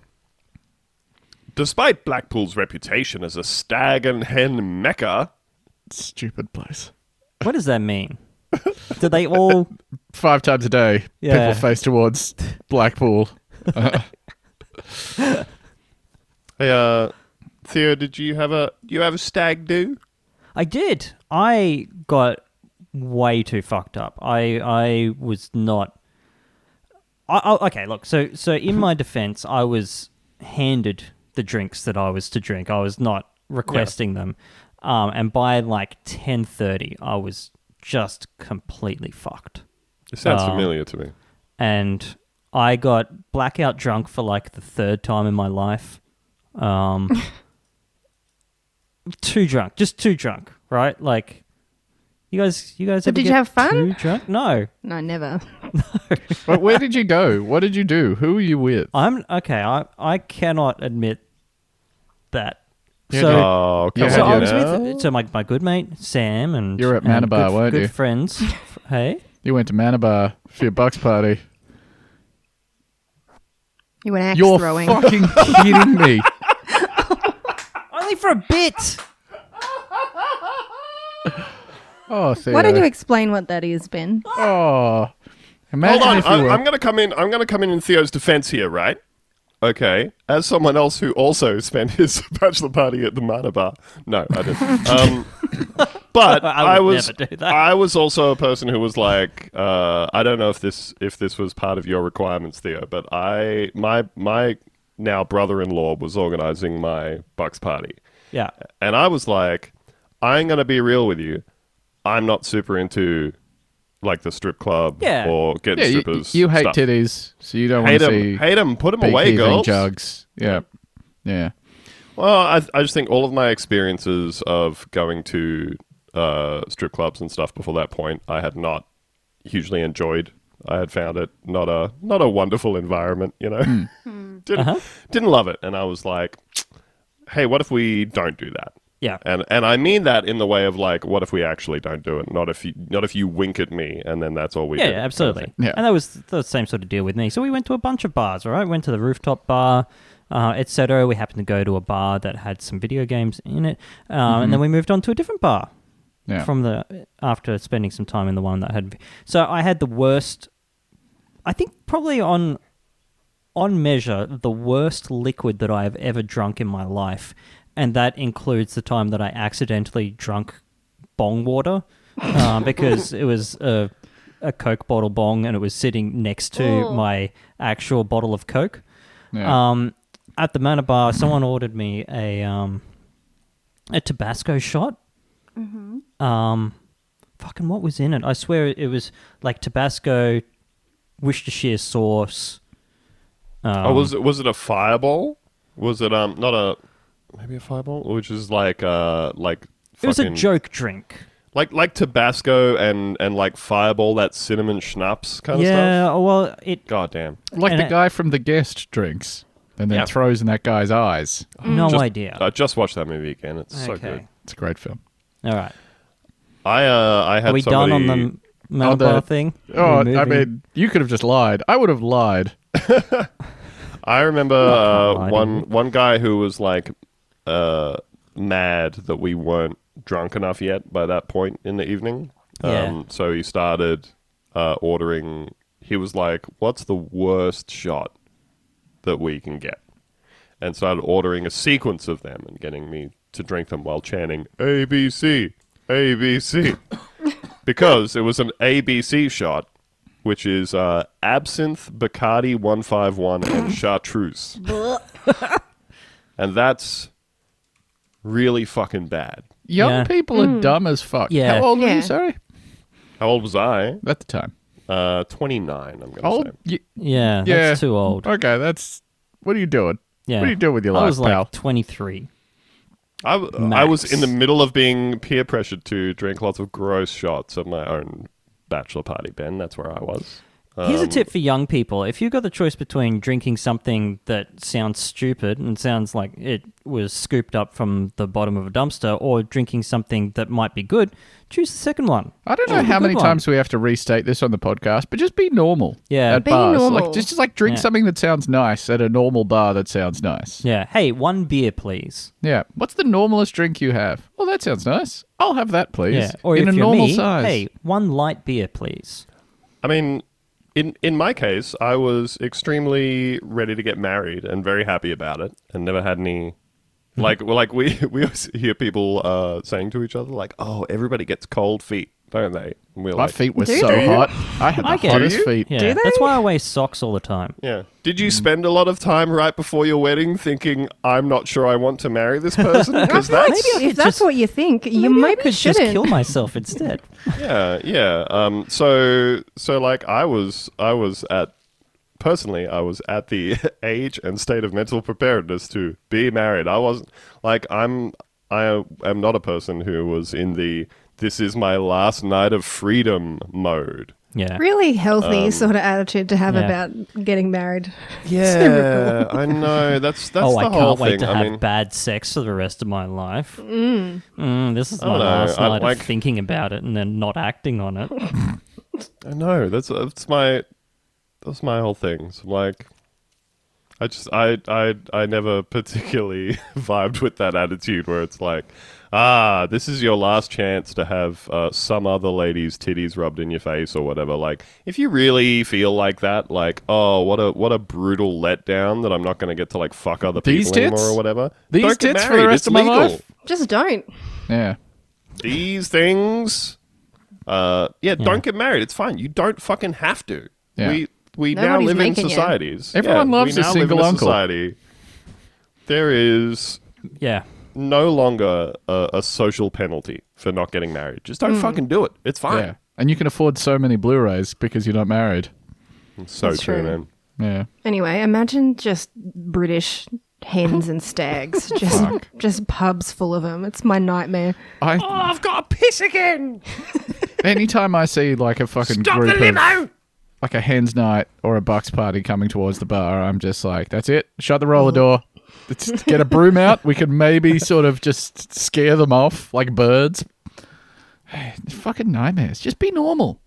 [SPEAKER 1] Despite Blackpool's reputation as a stag and hen mecca,
[SPEAKER 2] Stupid place.
[SPEAKER 5] What does that mean? Do they all?
[SPEAKER 2] Five times a day,
[SPEAKER 5] Yeah.
[SPEAKER 2] people face towards Blackpool.
[SPEAKER 1] hey, uh, Theo, did you have a you have a stag do?
[SPEAKER 5] I did. I got way too fucked up. I I was not. I, I okay. Look, so so in my defense, I was handed the drinks that I was to drink. I was not requesting them, um, and by like ten thirty, I was just completely fucked.
[SPEAKER 1] It sounds
[SPEAKER 5] Oh.
[SPEAKER 1] familiar to me.
[SPEAKER 5] and I got blackout drunk for like the third time in my life. Um, too drunk, just too drunk, right? Like, you guys, you guys.
[SPEAKER 4] But
[SPEAKER 5] ever
[SPEAKER 4] did you
[SPEAKER 5] get
[SPEAKER 4] have fun?
[SPEAKER 5] Too drunk? No,
[SPEAKER 4] No, never.
[SPEAKER 2] But where did you go? What did you do? Who were you with?
[SPEAKER 5] I'm okay. I I cannot admit that.
[SPEAKER 2] Yeah,
[SPEAKER 5] so,
[SPEAKER 2] no.
[SPEAKER 1] Oh, come
[SPEAKER 2] Yeah,
[SPEAKER 5] so
[SPEAKER 1] on
[SPEAKER 5] I
[SPEAKER 2] you
[SPEAKER 5] was
[SPEAKER 1] now.
[SPEAKER 5] with so my, my good mate Sam and
[SPEAKER 2] You were at
[SPEAKER 5] and
[SPEAKER 2] Manabar,
[SPEAKER 5] good,
[SPEAKER 2] weren't
[SPEAKER 5] good
[SPEAKER 2] you?
[SPEAKER 5] friends. hey,
[SPEAKER 2] You went to Manabar for your bucks party.
[SPEAKER 4] You went axe
[SPEAKER 2] You're
[SPEAKER 4] throwing.
[SPEAKER 2] fucking kidding me.
[SPEAKER 5] only for a bit.
[SPEAKER 2] Oh, Theo.
[SPEAKER 4] Why don't you explain what that is, Ben?
[SPEAKER 2] Oh. Imagine
[SPEAKER 1] Hold on,
[SPEAKER 2] if you
[SPEAKER 1] I'm,
[SPEAKER 2] were.
[SPEAKER 1] I'm going to come in. I'm going to come in in Theo's defense here, right? Okay. As someone else who also spent his bachelor party at the Mana Bar. No, I didn't. Um, but
[SPEAKER 5] I
[SPEAKER 1] I,
[SPEAKER 5] would
[SPEAKER 1] was
[SPEAKER 5] never do that.
[SPEAKER 1] I was also a person who was like, uh, I don't know if this if this was part of your requirements, Theo, but I my my now brother in law was organizing my Bucks party.
[SPEAKER 5] Yeah.
[SPEAKER 1] And I was like, I'm going to be real with you. I'm not super into like the strip club
[SPEAKER 5] Yeah.
[SPEAKER 1] or getting
[SPEAKER 2] Yeah, you,
[SPEAKER 1] strippers.
[SPEAKER 2] you hate
[SPEAKER 1] stuff.
[SPEAKER 2] titties, so you don't want
[SPEAKER 1] Hate
[SPEAKER 2] to
[SPEAKER 1] them.
[SPEAKER 2] see
[SPEAKER 1] Hate them. Put them
[SPEAKER 2] big
[SPEAKER 1] away,
[SPEAKER 2] heaving
[SPEAKER 1] girls.
[SPEAKER 2] jugs. Yeah, yeah.
[SPEAKER 1] Well, I, I just think all of my experiences of going to uh, strip clubs and stuff before that point, I had not hugely enjoyed. I had found it not a not a wonderful environment, you know.
[SPEAKER 5] Hmm.
[SPEAKER 1] didn't
[SPEAKER 5] Uh-huh.
[SPEAKER 1] didn't love it, and I was like, "Hey, what if we don't do that?"
[SPEAKER 5] Yeah.
[SPEAKER 1] And and I mean that in the way of like, what if we actually don't do it? Not if you not if you wink at me and then that's all we
[SPEAKER 5] Yeah,
[SPEAKER 1] do.
[SPEAKER 5] yeah, absolutely.
[SPEAKER 2] Yeah.
[SPEAKER 5] And that was the same sort of deal with me. So we went to a bunch of bars, all right? Went to the rooftop bar, uh, etc. We happened to go to a bar that had some video games in it. Uh, And then we moved on to a different bar
[SPEAKER 2] Yeah.
[SPEAKER 5] from the after spending some time in the one that had. So I had the worst, I think probably on on measure, the worst liquid that I have ever drunk in my life. And that includes the time that I accidentally drunk bong water um, because it was a, a Coke bottle bong and it was sitting next to
[SPEAKER 4] Ooh.
[SPEAKER 5] my actual bottle of Coke.
[SPEAKER 2] yeah.
[SPEAKER 5] Um, at the Manor Bar, someone ordered me a um, a Tabasco shot. Mm-hmm. Um, fucking what was in it? I swear it was like Tabasco, Worcestershire sauce. Um,
[SPEAKER 1] Oh, was it was it a fireball? Was it um not a maybe a fireball, which is like uh like
[SPEAKER 5] it was a
[SPEAKER 1] fucking-
[SPEAKER 5] joke drink.
[SPEAKER 1] like like Tabasco and and like fireball that cinnamon schnapps kind
[SPEAKER 5] yeah,
[SPEAKER 1] of stuff.
[SPEAKER 5] well, it
[SPEAKER 1] God damn,
[SPEAKER 2] like
[SPEAKER 5] and
[SPEAKER 2] the
[SPEAKER 5] it-
[SPEAKER 2] guy from the guest drinks and then
[SPEAKER 1] Yeah.
[SPEAKER 2] throws in that guy's eyes.
[SPEAKER 5] no
[SPEAKER 1] Just-
[SPEAKER 5] idea.
[SPEAKER 1] I just watched that movie again. It's so good.
[SPEAKER 2] It's a great film.
[SPEAKER 5] All right.
[SPEAKER 1] I uh I had
[SPEAKER 5] Are we
[SPEAKER 1] somebody,
[SPEAKER 5] done on the Manor
[SPEAKER 2] on the-
[SPEAKER 5] Bar thing?
[SPEAKER 2] Oh,
[SPEAKER 5] We're
[SPEAKER 2] I
[SPEAKER 5] moving-
[SPEAKER 2] mean, you could have just lied. I would have lied.
[SPEAKER 1] I remember
[SPEAKER 5] can't lie
[SPEAKER 1] uh,
[SPEAKER 5] to you.
[SPEAKER 1] one one guy who was like uh, mad that we weren't drunk enough yet by that point in the evening. Um,
[SPEAKER 5] Yeah.
[SPEAKER 1] So he started uh, ordering. He was like, "What's the worst shot that we can get?" And started ordering a sequence of them and getting me to drink them while chanting A B C A B C because it was an ABC shot, which is uh, absinthe, Bacardi 151, and chartreuse. and that's really fucking bad.
[SPEAKER 2] Young
[SPEAKER 5] Yeah. Mm.
[SPEAKER 2] people are dumb as fuck.
[SPEAKER 5] Yeah.
[SPEAKER 2] How old were
[SPEAKER 4] Yeah.
[SPEAKER 2] you, sorry?
[SPEAKER 1] How old was I?
[SPEAKER 2] At the time.
[SPEAKER 1] Uh, 29, I'm going to
[SPEAKER 2] Old?
[SPEAKER 1] say.
[SPEAKER 2] Y-
[SPEAKER 5] Yeah,
[SPEAKER 2] yeah.
[SPEAKER 5] that's too old.
[SPEAKER 2] Okay, that's. What are you doing?
[SPEAKER 5] Yeah.
[SPEAKER 2] What are you doing with your
[SPEAKER 5] I
[SPEAKER 2] life,
[SPEAKER 5] was like
[SPEAKER 2] pal?
[SPEAKER 5] 23.
[SPEAKER 1] I, w- I was
[SPEAKER 5] Max.
[SPEAKER 1] in the middle of being peer pressured to drink lots of gross shots at my own bachelor party, Ben. That's where I was.
[SPEAKER 5] Here's
[SPEAKER 2] Um,
[SPEAKER 5] a tip for young people. If you've got the choice between drinking something that sounds stupid and sounds like it was scooped up from the bottom of a dumpster or drinking something that might be good, choose the second one.
[SPEAKER 2] I don't know
[SPEAKER 5] Choose the
[SPEAKER 2] how
[SPEAKER 5] "Oh, good
[SPEAKER 2] many
[SPEAKER 5] one.
[SPEAKER 2] times we have to restate this on the podcast, but just be normal.
[SPEAKER 5] Yeah.
[SPEAKER 2] at
[SPEAKER 5] Be
[SPEAKER 2] bars.
[SPEAKER 4] normal.
[SPEAKER 2] Like just, just like drink
[SPEAKER 5] Yeah.
[SPEAKER 2] something that sounds nice at a normal bar that sounds nice. Yeah.
[SPEAKER 5] Yeah. Hey, one beer, please.
[SPEAKER 2] What's the normalest drink you have? Oh, that sounds nice. I'll have that, please.
[SPEAKER 5] Yeah. Or
[SPEAKER 2] in
[SPEAKER 5] if
[SPEAKER 2] a
[SPEAKER 5] you're
[SPEAKER 2] normal
[SPEAKER 5] me,
[SPEAKER 2] size.
[SPEAKER 5] hey, one light beer, please.
[SPEAKER 1] I mean, in in my case, I was extremely ready to get married and very happy about it, and never had any.
[SPEAKER 2] Mm-hmm.
[SPEAKER 1] Like, well, like we we always hear people uh, saying to each other, like, "Oh, everybody gets cold feet, don't they?" And we're
[SPEAKER 2] My
[SPEAKER 1] like,
[SPEAKER 2] feet were
[SPEAKER 4] Do
[SPEAKER 2] so
[SPEAKER 4] they?
[SPEAKER 2] hot. I had the
[SPEAKER 5] I get
[SPEAKER 2] hottest
[SPEAKER 5] it.
[SPEAKER 2] feet.
[SPEAKER 5] Yeah. That's why I wear socks all the time.
[SPEAKER 1] "Yeah." Did you spend a lot of time right before your wedding thinking, "I'm not sure I want to marry this person"? Because that's
[SPEAKER 4] If that's
[SPEAKER 5] just-
[SPEAKER 4] what you think, you
[SPEAKER 5] Maybe I
[SPEAKER 4] maybe
[SPEAKER 5] could
[SPEAKER 4] shouldn't.
[SPEAKER 5] just kill myself instead.
[SPEAKER 1] yeah, yeah. Um, so so like I was I was at personally I was at the age and state of mental preparedness to be married. I wasn't like I'm I am not a person who was in the this is my last night of freedom mode.
[SPEAKER 5] Yeah.
[SPEAKER 4] really healthy sort of attitude to have
[SPEAKER 5] yeah.
[SPEAKER 4] about getting married.
[SPEAKER 1] Yeah, I know. That's that's
[SPEAKER 5] oh,
[SPEAKER 1] the
[SPEAKER 5] I
[SPEAKER 1] whole
[SPEAKER 5] can't wait
[SPEAKER 1] thing.
[SPEAKER 5] to
[SPEAKER 1] I
[SPEAKER 5] have
[SPEAKER 1] mean,
[SPEAKER 5] bad sex for the rest of my life. Mm. this is
[SPEAKER 1] don't
[SPEAKER 5] my
[SPEAKER 1] know.
[SPEAKER 5] last
[SPEAKER 1] I-
[SPEAKER 5] night
[SPEAKER 1] like-
[SPEAKER 5] of thinking about it and then not acting on it.
[SPEAKER 1] I know. That's that's my that's my whole thing. So like I just I I I never particularly vibed with that attitude where it's like ah, this is your last chance to have uh, some other lady's titties rubbed in your face or whatever. Like, if you really feel like that, like, oh, what a what a brutal letdown that I'm not going to get to like fuck other
[SPEAKER 2] These
[SPEAKER 1] people anymore
[SPEAKER 2] tits?
[SPEAKER 1] or whatever.
[SPEAKER 2] These
[SPEAKER 1] Don't get
[SPEAKER 2] tits for the
[SPEAKER 1] married.
[SPEAKER 2] rest
[SPEAKER 1] It's
[SPEAKER 2] of my
[SPEAKER 1] legal.
[SPEAKER 2] life?
[SPEAKER 4] Just don't.
[SPEAKER 2] Yeah.
[SPEAKER 1] These things. Uh, yeah, don't get married. It's fine. You don't fucking have to.
[SPEAKER 2] Yeah.
[SPEAKER 1] We we
[SPEAKER 4] Nobody's
[SPEAKER 1] now live in
[SPEAKER 4] making you.
[SPEAKER 1] societies.
[SPEAKER 2] Everyone
[SPEAKER 1] Yeah,
[SPEAKER 2] loves
[SPEAKER 1] we
[SPEAKER 2] a
[SPEAKER 1] now
[SPEAKER 2] single
[SPEAKER 1] live in a
[SPEAKER 2] uncle.
[SPEAKER 1] society. There is
[SPEAKER 5] Yeah.
[SPEAKER 1] no longer a, a social penalty for not getting married. Just
[SPEAKER 4] Mm.
[SPEAKER 1] don't fucking do it. It's fine.
[SPEAKER 2] Yeah. And you can afford so many Blu-rays because you're not married.
[SPEAKER 1] It's so
[SPEAKER 4] That's
[SPEAKER 1] true,
[SPEAKER 4] true.
[SPEAKER 1] man.
[SPEAKER 2] Yeah.
[SPEAKER 4] Anyway, imagine just British hens and stags, just just pubs full of them. It's my nightmare.
[SPEAKER 2] I
[SPEAKER 1] Oh, I've got a piss again.
[SPEAKER 2] anytime I see like a fucking group of like a hens night or a bucks party coming towards the bar, I'm just like, that's it. Shut the roller door. Let's get a broom out. We could maybe sort of just scare them off like birds. fucking nightmares. Just be normal.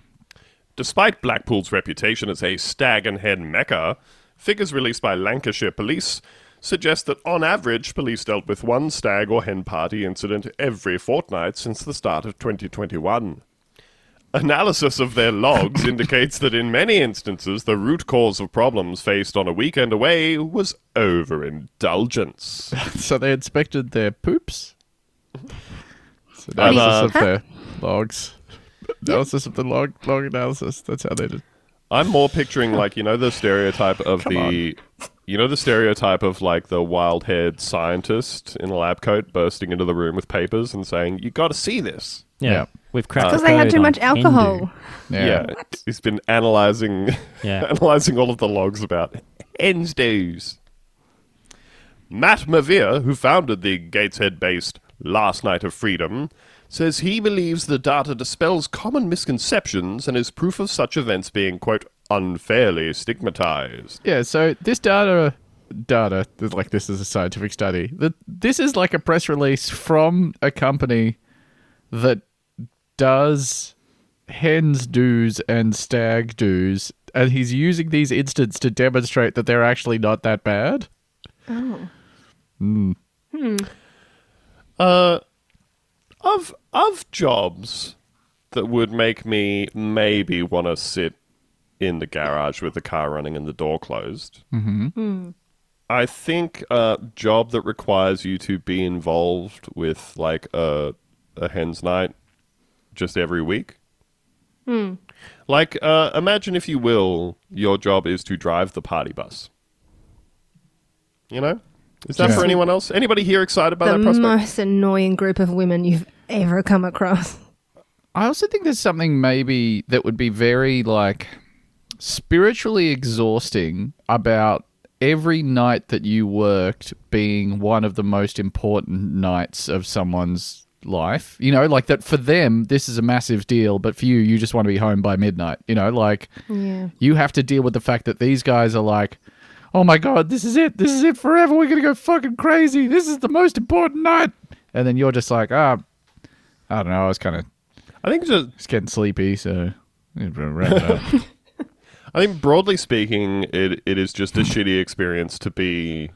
[SPEAKER 1] Despite Blackpool's reputation as a stag and hen mecca, figures released by Lancashire Police suggest that on average, police dealt with one stag or hen party incident every fortnight since the start of 2021. Analysis of their logs indicates that in many instances, the root cause of problems faced on a weekend away was overindulgence.
[SPEAKER 2] So they inspected their poops. It's
[SPEAKER 1] do you-
[SPEAKER 2] analysis of
[SPEAKER 4] Huh?
[SPEAKER 2] their logs. Analysis of the log log analysis. That's how they did.
[SPEAKER 1] I'm more picturing like you know the stereotype of the you know the stereotype of like the wild-haired scientist in a lab coat bursting into the room with papers and saying you got to see this.
[SPEAKER 5] Yeah.
[SPEAKER 2] Yeah.
[SPEAKER 5] We've cracked
[SPEAKER 4] Because
[SPEAKER 5] the
[SPEAKER 4] they had
[SPEAKER 5] code
[SPEAKER 4] too
[SPEAKER 5] on
[SPEAKER 4] much alcohol.
[SPEAKER 5] Hindu.
[SPEAKER 2] Yeah.
[SPEAKER 1] he's been analyzing
[SPEAKER 5] Yeah.
[SPEAKER 1] analyzing all of the logs about hens do's. Matt Mavere, who founded the Gateshead-based Last Night of Freedom, says he believes the data dispels common misconceptions and is proof of such events being quote unfairly stigmatized.
[SPEAKER 2] Yeah, so this data data th- like this is a scientific study. That this is like a press release from a company that does hens do's and stag do's and he's using these instants to demonstrate that they're actually not that bad.
[SPEAKER 1] of of jobs that would make me maybe want to sit in the garage with the car running and the door closed. Mm-hmm. I think a job that requires you to be involved with like a a hen's night just every week. Like, uh, imagine if you will, your job is to drive the party bus. You know, is that
[SPEAKER 2] Yeah.
[SPEAKER 1] for anyone else? Anybody here excited by
[SPEAKER 4] The
[SPEAKER 1] that prospect?
[SPEAKER 4] most annoying group of women you've ever come across.
[SPEAKER 2] I also think there's something maybe that would be very like spiritually exhausting about every night that you worked being one of the most important nights of someone's life. You know, like that for them this is a massive deal, but for you you just want to be home by midnight. You know, like
[SPEAKER 4] Yeah.
[SPEAKER 2] you have to deal with the fact that these guys are like, oh my God, this is it. This is it forever. We're going to go fucking crazy. This is the most important night. And then you're just like, ah, I don't know. I was kind of
[SPEAKER 1] I think just
[SPEAKER 2] just getting sleepy. So wrap it up.
[SPEAKER 1] I think broadly speaking, it, it is just a shitty experience to be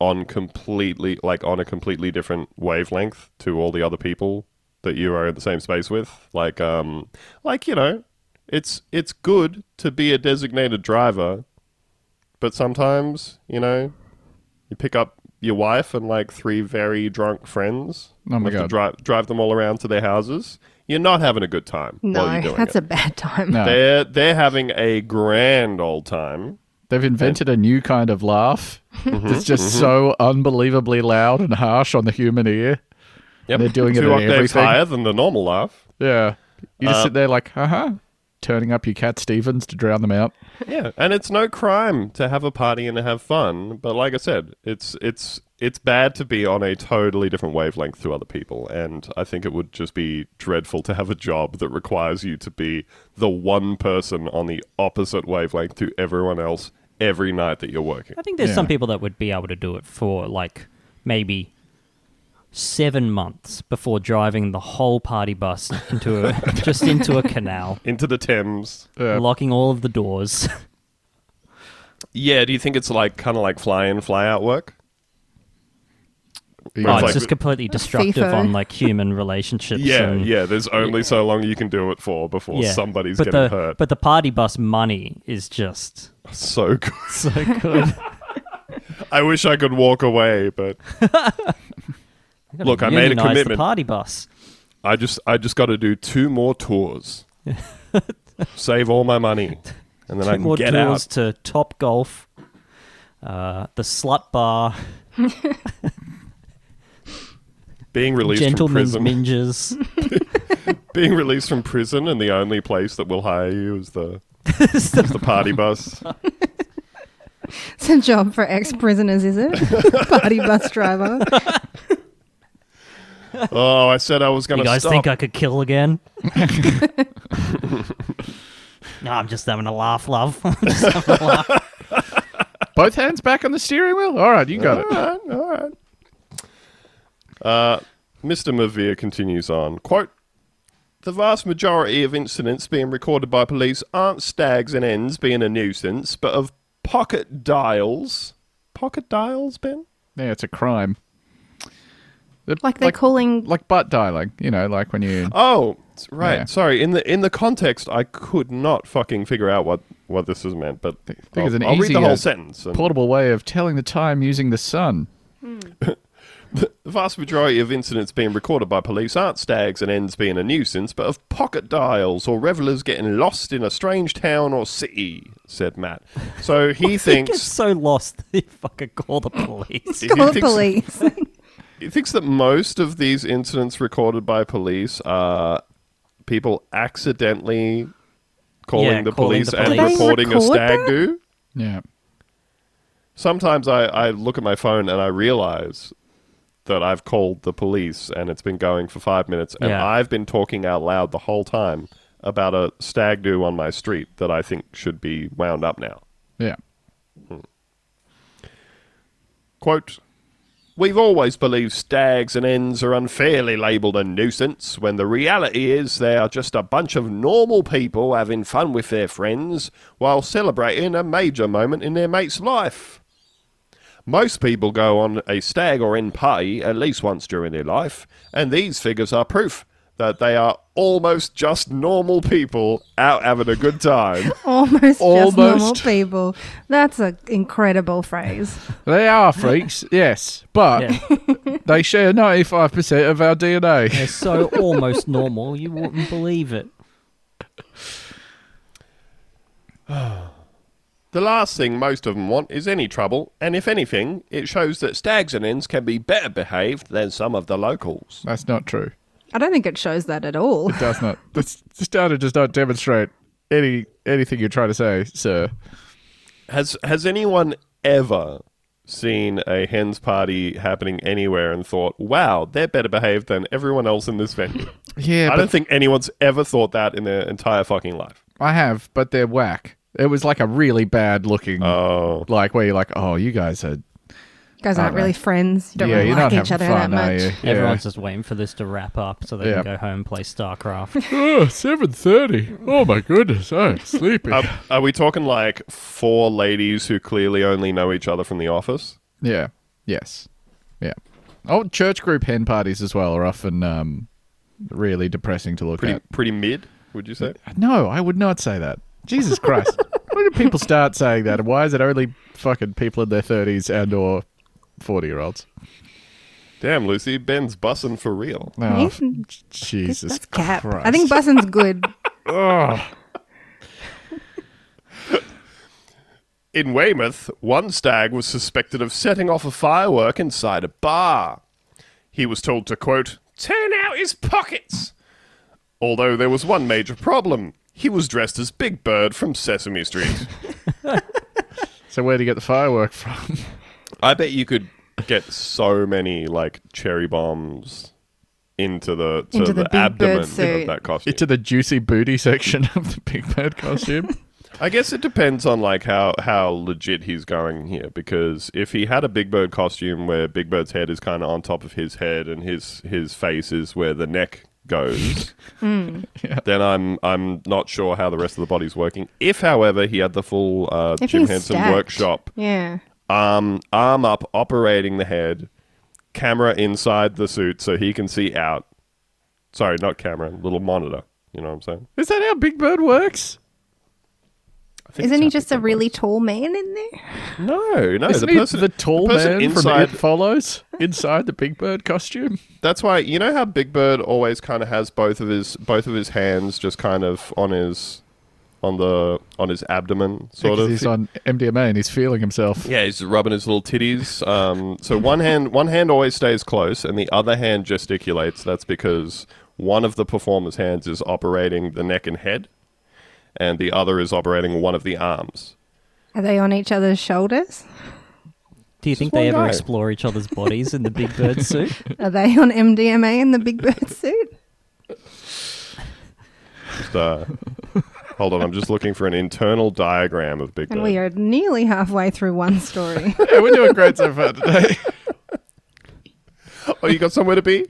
[SPEAKER 1] on completely like on a completely different wavelength to all the other people that you are in the same space with. Like um like, you know, it's it's good to be a designated driver, but sometimes, you know, you pick up your wife and like three very drunk friends.
[SPEAKER 2] Oh my
[SPEAKER 1] You have to
[SPEAKER 2] God.
[SPEAKER 1] drive drive them all around to their houses. You're not having a good time
[SPEAKER 4] No,
[SPEAKER 1] while you're doing
[SPEAKER 4] that's
[SPEAKER 1] it.
[SPEAKER 4] a bad time.
[SPEAKER 2] No.
[SPEAKER 1] They're they're having a grand old time.
[SPEAKER 2] They've invented a new kind of laugh that's just so unbelievably loud and harsh on the human ear.
[SPEAKER 1] Yep.
[SPEAKER 2] They're doing it
[SPEAKER 1] two
[SPEAKER 2] in
[SPEAKER 1] octaves
[SPEAKER 2] everything.
[SPEAKER 1] higher than the normal laugh.
[SPEAKER 2] Yeah. You just sit there like, uh huh, turning up your cat Stevens to drown them out.
[SPEAKER 1] Yeah, and it's no crime to have a party and to have fun. But like I said, it's it's it's bad to be on a totally different wavelength to other people, and I think it would just be dreadful to have a job that requires you to be the one person on the opposite wavelength to everyone else every night that you're working.
[SPEAKER 5] I think there's
[SPEAKER 2] Yeah.
[SPEAKER 5] some people that would be able to do it for like maybe seven months before driving the whole party bus into a just into a canal,
[SPEAKER 1] Into the Thames.
[SPEAKER 5] locking all of the doors.
[SPEAKER 1] Yeah, do you think it's like kind of like fly in, fly out work?
[SPEAKER 2] He
[SPEAKER 5] Oh,
[SPEAKER 2] goes
[SPEAKER 5] it's
[SPEAKER 1] like-
[SPEAKER 5] just completely destructive
[SPEAKER 4] FIFO.
[SPEAKER 5] on like human relationships.
[SPEAKER 1] Yeah,
[SPEAKER 5] and,
[SPEAKER 1] yeah. There's only so long you can do it for before
[SPEAKER 5] yeah.
[SPEAKER 1] somebody's
[SPEAKER 5] but
[SPEAKER 1] getting
[SPEAKER 5] the,
[SPEAKER 1] hurt.
[SPEAKER 5] But the party bus money is just
[SPEAKER 1] so good.
[SPEAKER 5] so good.
[SPEAKER 1] I wish I could walk away, but Look, I made a
[SPEAKER 5] Unionize The
[SPEAKER 1] commitment.
[SPEAKER 5] party bus.
[SPEAKER 1] I just I just got to do two more tours, save all my money, and then I
[SPEAKER 5] Two
[SPEAKER 1] can
[SPEAKER 5] more
[SPEAKER 1] get
[SPEAKER 5] tours
[SPEAKER 1] out.
[SPEAKER 5] to Top Golf, uh, the Slut Bar,
[SPEAKER 1] Being released from
[SPEAKER 5] Gentlemen's
[SPEAKER 1] prison,
[SPEAKER 5] Minges.
[SPEAKER 1] being released from prison, and the only place that will hire you is the
[SPEAKER 5] It's the-
[SPEAKER 1] the party bus.
[SPEAKER 4] It's a job for ex prisoners, is it? Party bus driver.
[SPEAKER 1] Oh, I said I was going
[SPEAKER 5] you
[SPEAKER 1] to
[SPEAKER 5] guys
[SPEAKER 1] stop.
[SPEAKER 5] think I could kill again? no, I'm just having a laugh, love. Just having a laugh.
[SPEAKER 2] Both hands back on the steering wheel? All right, you got it.
[SPEAKER 1] all right, all right. Uh, Mr. Mavir continues on. Quote, the vast majority of incidents being recorded by police aren't stags and ends being a nuisance, but of pocket dials. Pocket dials, Ben?
[SPEAKER 2] Yeah, it's a crime. The-
[SPEAKER 4] Like they're calling.
[SPEAKER 2] like butt dialing, you know, like when you
[SPEAKER 1] Oh, s- right.
[SPEAKER 2] Yeah.
[SPEAKER 1] Sorry. In the in the context, I could not fucking figure out what, what this is meant. But
[SPEAKER 2] Think
[SPEAKER 1] I'll,
[SPEAKER 2] it's an
[SPEAKER 1] I'll read
[SPEAKER 2] easy,
[SPEAKER 1] the
[SPEAKER 2] uh,
[SPEAKER 1] whole sentence. and-
[SPEAKER 2] portable way of telling the time using the sun.
[SPEAKER 1] The vast majority of incidents being recorded by police aren't stags and ends being a nuisance, but of pocket dials or revelers getting lost in a strange town or city, said Matt. So he
[SPEAKER 5] He gets
[SPEAKER 1] thinks
[SPEAKER 5] so lost that he fucking call the police.
[SPEAKER 1] you
[SPEAKER 4] God,
[SPEAKER 1] think so?
[SPEAKER 4] police.
[SPEAKER 1] he thinks that most of these incidents recorded by police are people accidentally calling
[SPEAKER 5] Yeah,
[SPEAKER 1] the
[SPEAKER 5] calling
[SPEAKER 1] police
[SPEAKER 5] the
[SPEAKER 1] and
[SPEAKER 5] police. Do they
[SPEAKER 1] reporting a
[SPEAKER 4] record
[SPEAKER 1] stag
[SPEAKER 4] that?
[SPEAKER 1] do.
[SPEAKER 2] Yeah.
[SPEAKER 1] Sometimes I, I look at my phone and I realize that I've called the police and it's been going for five minutes and
[SPEAKER 5] Yeah.
[SPEAKER 1] I've been talking out loud the whole time about a stag do on my street that I think should be wound up now.
[SPEAKER 2] Yeah.
[SPEAKER 1] Quote We've always believed stags and ends are unfairly labelled a nuisance when the reality is they are just a bunch of normal people having fun with their friends while celebrating a major moment in their mate's life. Most people go on a stag or end party at least once during their life, and these figures are proof that they are almost just normal people out having a good time.
[SPEAKER 4] Almost, just normal
[SPEAKER 2] Almost.
[SPEAKER 4] people. That's an incredible phrase.
[SPEAKER 2] They are freaks, yes, but
[SPEAKER 5] Yeah.
[SPEAKER 2] they share 95% of our DNA.
[SPEAKER 5] They're so almost normal, you wouldn't believe it.
[SPEAKER 1] The last thing most of them want is any trouble, and if anything, it shows that stags and inns can be better behaved than some of the locals.
[SPEAKER 2] That's not true.
[SPEAKER 4] I don't think it shows that at all.
[SPEAKER 2] It does not. This, this data does not demonstrate any anything you're trying to say, sir.
[SPEAKER 1] Has has anyone ever seen a hens party happening anywhere and thought, "Wow, they're better behaved than everyone else in this venue"?
[SPEAKER 2] Yeah,
[SPEAKER 1] I
[SPEAKER 2] but
[SPEAKER 1] don't think anyone's ever thought that in their entire fucking life.
[SPEAKER 2] I have, but they're whack. It was like a really bad looking,
[SPEAKER 1] Oh,
[SPEAKER 2] like where you're like, oh, you guys are.
[SPEAKER 4] You guys aren't
[SPEAKER 2] Alright.
[SPEAKER 4] really friends. You don't
[SPEAKER 2] yeah,
[SPEAKER 4] really
[SPEAKER 2] you're
[SPEAKER 4] like
[SPEAKER 2] not
[SPEAKER 4] each
[SPEAKER 2] having
[SPEAKER 4] other
[SPEAKER 2] fun,
[SPEAKER 4] that
[SPEAKER 2] are you?
[SPEAKER 4] much.
[SPEAKER 2] Yeah.
[SPEAKER 5] Everyone's just waiting for this to wrap up so they
[SPEAKER 2] Yeah.
[SPEAKER 5] can go home and play StarCraft.
[SPEAKER 2] Oh, 7.30. Oh, my goodness. I'm sleepy.
[SPEAKER 1] are, are we talking like four ladies who clearly only know each other from the office?
[SPEAKER 2] yeah. Yes. Yeah. Oh, church group hen parties as well are often um, really depressing to look
[SPEAKER 1] Pretty
[SPEAKER 2] at.
[SPEAKER 1] pretty mid, would you say?
[SPEAKER 2] No, I would not say that. Jesus Christ. Why do people start saying that? And why is it only fucking people in their 30s and or 40-year-olds?
[SPEAKER 1] Damn, Lucy, Ben's bussin' for real.
[SPEAKER 2] Oh,
[SPEAKER 4] Nathan,
[SPEAKER 2] Jesus
[SPEAKER 4] That's cap.
[SPEAKER 2] Christ.
[SPEAKER 4] I think bussin's good.
[SPEAKER 1] In Weymouth, one stag was suspected of setting off a firework inside a bar. He was told to, quote, turn out his pockets. Although there was one major problem. He was dressed as Big Bird from Sesame Street.
[SPEAKER 2] So where'd you get the firework from?
[SPEAKER 1] I bet you could get so many, like, cherry bombs into the, to
[SPEAKER 4] Into
[SPEAKER 1] the,
[SPEAKER 4] the Big Bird
[SPEAKER 1] abdomen
[SPEAKER 4] suit.
[SPEAKER 1] of that costume.
[SPEAKER 2] Into the juicy booty section of the Big Bird costume?
[SPEAKER 1] I guess it depends on like how how legit he's going here because if he had a Big Bird costume where Big Bird's head is kind of on top of his head and his his face is where the neck goes,
[SPEAKER 4] Hmm.
[SPEAKER 1] then I'm I'm not sure how the rest of the body's working. If, however, he had the full uh,
[SPEAKER 4] If
[SPEAKER 1] Jim
[SPEAKER 4] he's
[SPEAKER 1] Henson um,
[SPEAKER 4] stacked.
[SPEAKER 1] workshop
[SPEAKER 4] Yeah.
[SPEAKER 1] arm arm up operating the head, camera inside the suit so he can see out. Sorry, not camera, little monitor. You know what I'm saying?
[SPEAKER 2] Is that how Big Bird works?
[SPEAKER 4] Isn't he just a really tall man in there?
[SPEAKER 1] No, no.
[SPEAKER 2] Isn't
[SPEAKER 1] the
[SPEAKER 2] he
[SPEAKER 1] person,
[SPEAKER 2] the tall
[SPEAKER 1] person
[SPEAKER 2] man
[SPEAKER 1] inside.
[SPEAKER 2] from It Follows inside the Big Bird costume?
[SPEAKER 1] That's why you know how Big Bird always kind of has both of his both of his hands just kind of on his on the on his abdomen, sort
[SPEAKER 2] Because
[SPEAKER 1] of.
[SPEAKER 2] he's on MDMA and he's feeling himself.
[SPEAKER 1] Yeah, he's rubbing his little titties. Um, so one hand, one hand always stays close, and the other hand gesticulates. That's because one of the performer's hands is operating the neck and head, and the other is operating one of the arms.
[SPEAKER 4] Are they on each other's shoulders?
[SPEAKER 5] Do you think
[SPEAKER 1] one
[SPEAKER 5] they ever
[SPEAKER 1] guy.
[SPEAKER 5] explore each other's bodies in the Big Bird suit?
[SPEAKER 4] Are they on MDMA in the big bird suit?
[SPEAKER 1] Just, uh, hold on, I'm just looking for an internal diagram of Big
[SPEAKER 4] And
[SPEAKER 1] Bird.
[SPEAKER 4] we are nearly halfway through one story.
[SPEAKER 2] yeah, we're doing great so far today.
[SPEAKER 1] oh, you got somewhere to be?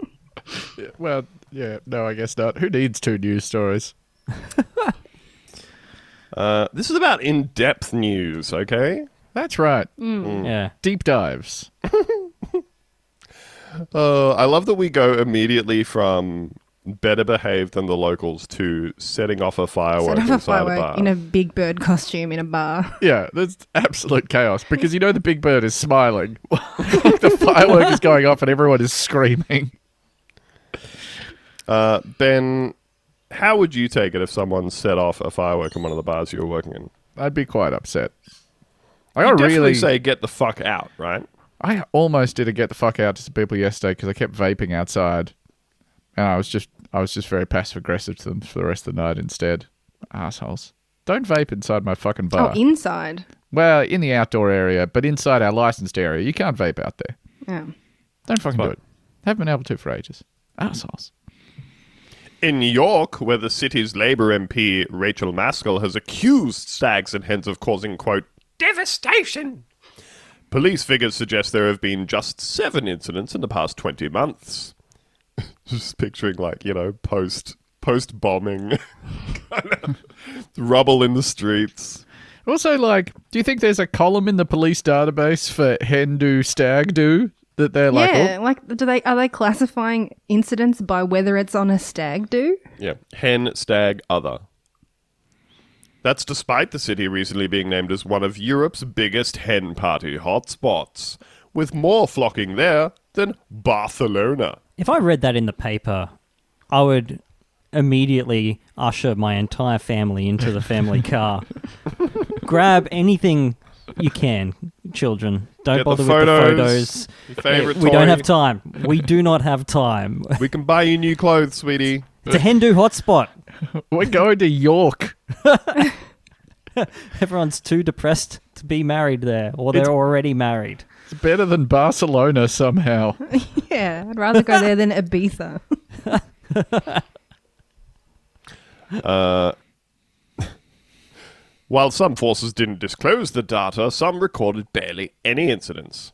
[SPEAKER 2] well, yeah, no, I guess not. Who needs two news stories?
[SPEAKER 1] Uh, this is about in-depth news, okay?
[SPEAKER 2] That's right.
[SPEAKER 5] yeah.
[SPEAKER 2] Deep dives.
[SPEAKER 1] Uh, I love that we go immediately from better behaved than the locals to setting off a firework
[SPEAKER 4] Set off a
[SPEAKER 1] inside a
[SPEAKER 4] firework
[SPEAKER 1] bar.
[SPEAKER 4] in a big bird costume in a bar.
[SPEAKER 2] Yeah, there's absolute chaos because you know the Big Bird is smiling. the firework is going off and everyone is screaming.
[SPEAKER 1] Uh, ben, how would you take it if someone set off a firework in one of the bars you were working in?
[SPEAKER 2] I'd be quite upset. I got
[SPEAKER 1] Definitely
[SPEAKER 2] really.
[SPEAKER 1] say get the fuck out, right?
[SPEAKER 2] I almost did a get the fuck out to some people yesterday because I kept vaping outside, and I was just I was just very passive aggressive to them for the rest of the night instead. Assholes! Don't vape inside my fucking bar.
[SPEAKER 4] Oh, inside.
[SPEAKER 2] well, in the outdoor area, but inside our licensed area, you can't vape out there.
[SPEAKER 4] Yeah.
[SPEAKER 2] Don't fucking do it. Haven't been able to for ages. Assholes.
[SPEAKER 1] In York, where the city's Labour MP Rachel Maskell has accused stags and hens of causing quote devastation. Police figures suggest there have been just seven incidents in the past twenty months. Just picturing like, you know, post post bombing kind of rubble in the streets.
[SPEAKER 2] Also, like, do you think there's a column in the police database for hen do stag do that they're like,
[SPEAKER 4] yeah,
[SPEAKER 2] oh,
[SPEAKER 4] like do they are they classifying incidents by whether it's on a stag do?
[SPEAKER 1] Yeah. Hen, stag, other. That's despite the city recently being named as one of Europe's biggest hen party hotspots, with more flocking there than Barcelona.
[SPEAKER 5] If I read that in the paper, I would immediately usher my entire family into the family car. Grab anything you can, children. Don't
[SPEAKER 1] Get the
[SPEAKER 5] bother with the
[SPEAKER 1] photos,
[SPEAKER 5] photos.
[SPEAKER 1] Your favorite
[SPEAKER 5] we don't
[SPEAKER 1] toy.
[SPEAKER 5] have time. We do not have time.
[SPEAKER 1] We can buy you new clothes, sweetie.
[SPEAKER 5] It's a Hindu hotspot.
[SPEAKER 2] "Oh, we're going to York.
[SPEAKER 5] Everyone's too depressed to be married there, or they're
[SPEAKER 2] It's-
[SPEAKER 5] already married.
[SPEAKER 2] It's better than Barcelona somehow.
[SPEAKER 4] Yeah, I'd rather go there than Ibiza.
[SPEAKER 1] While some forces didn't disclose the data, some recorded barely any incidents.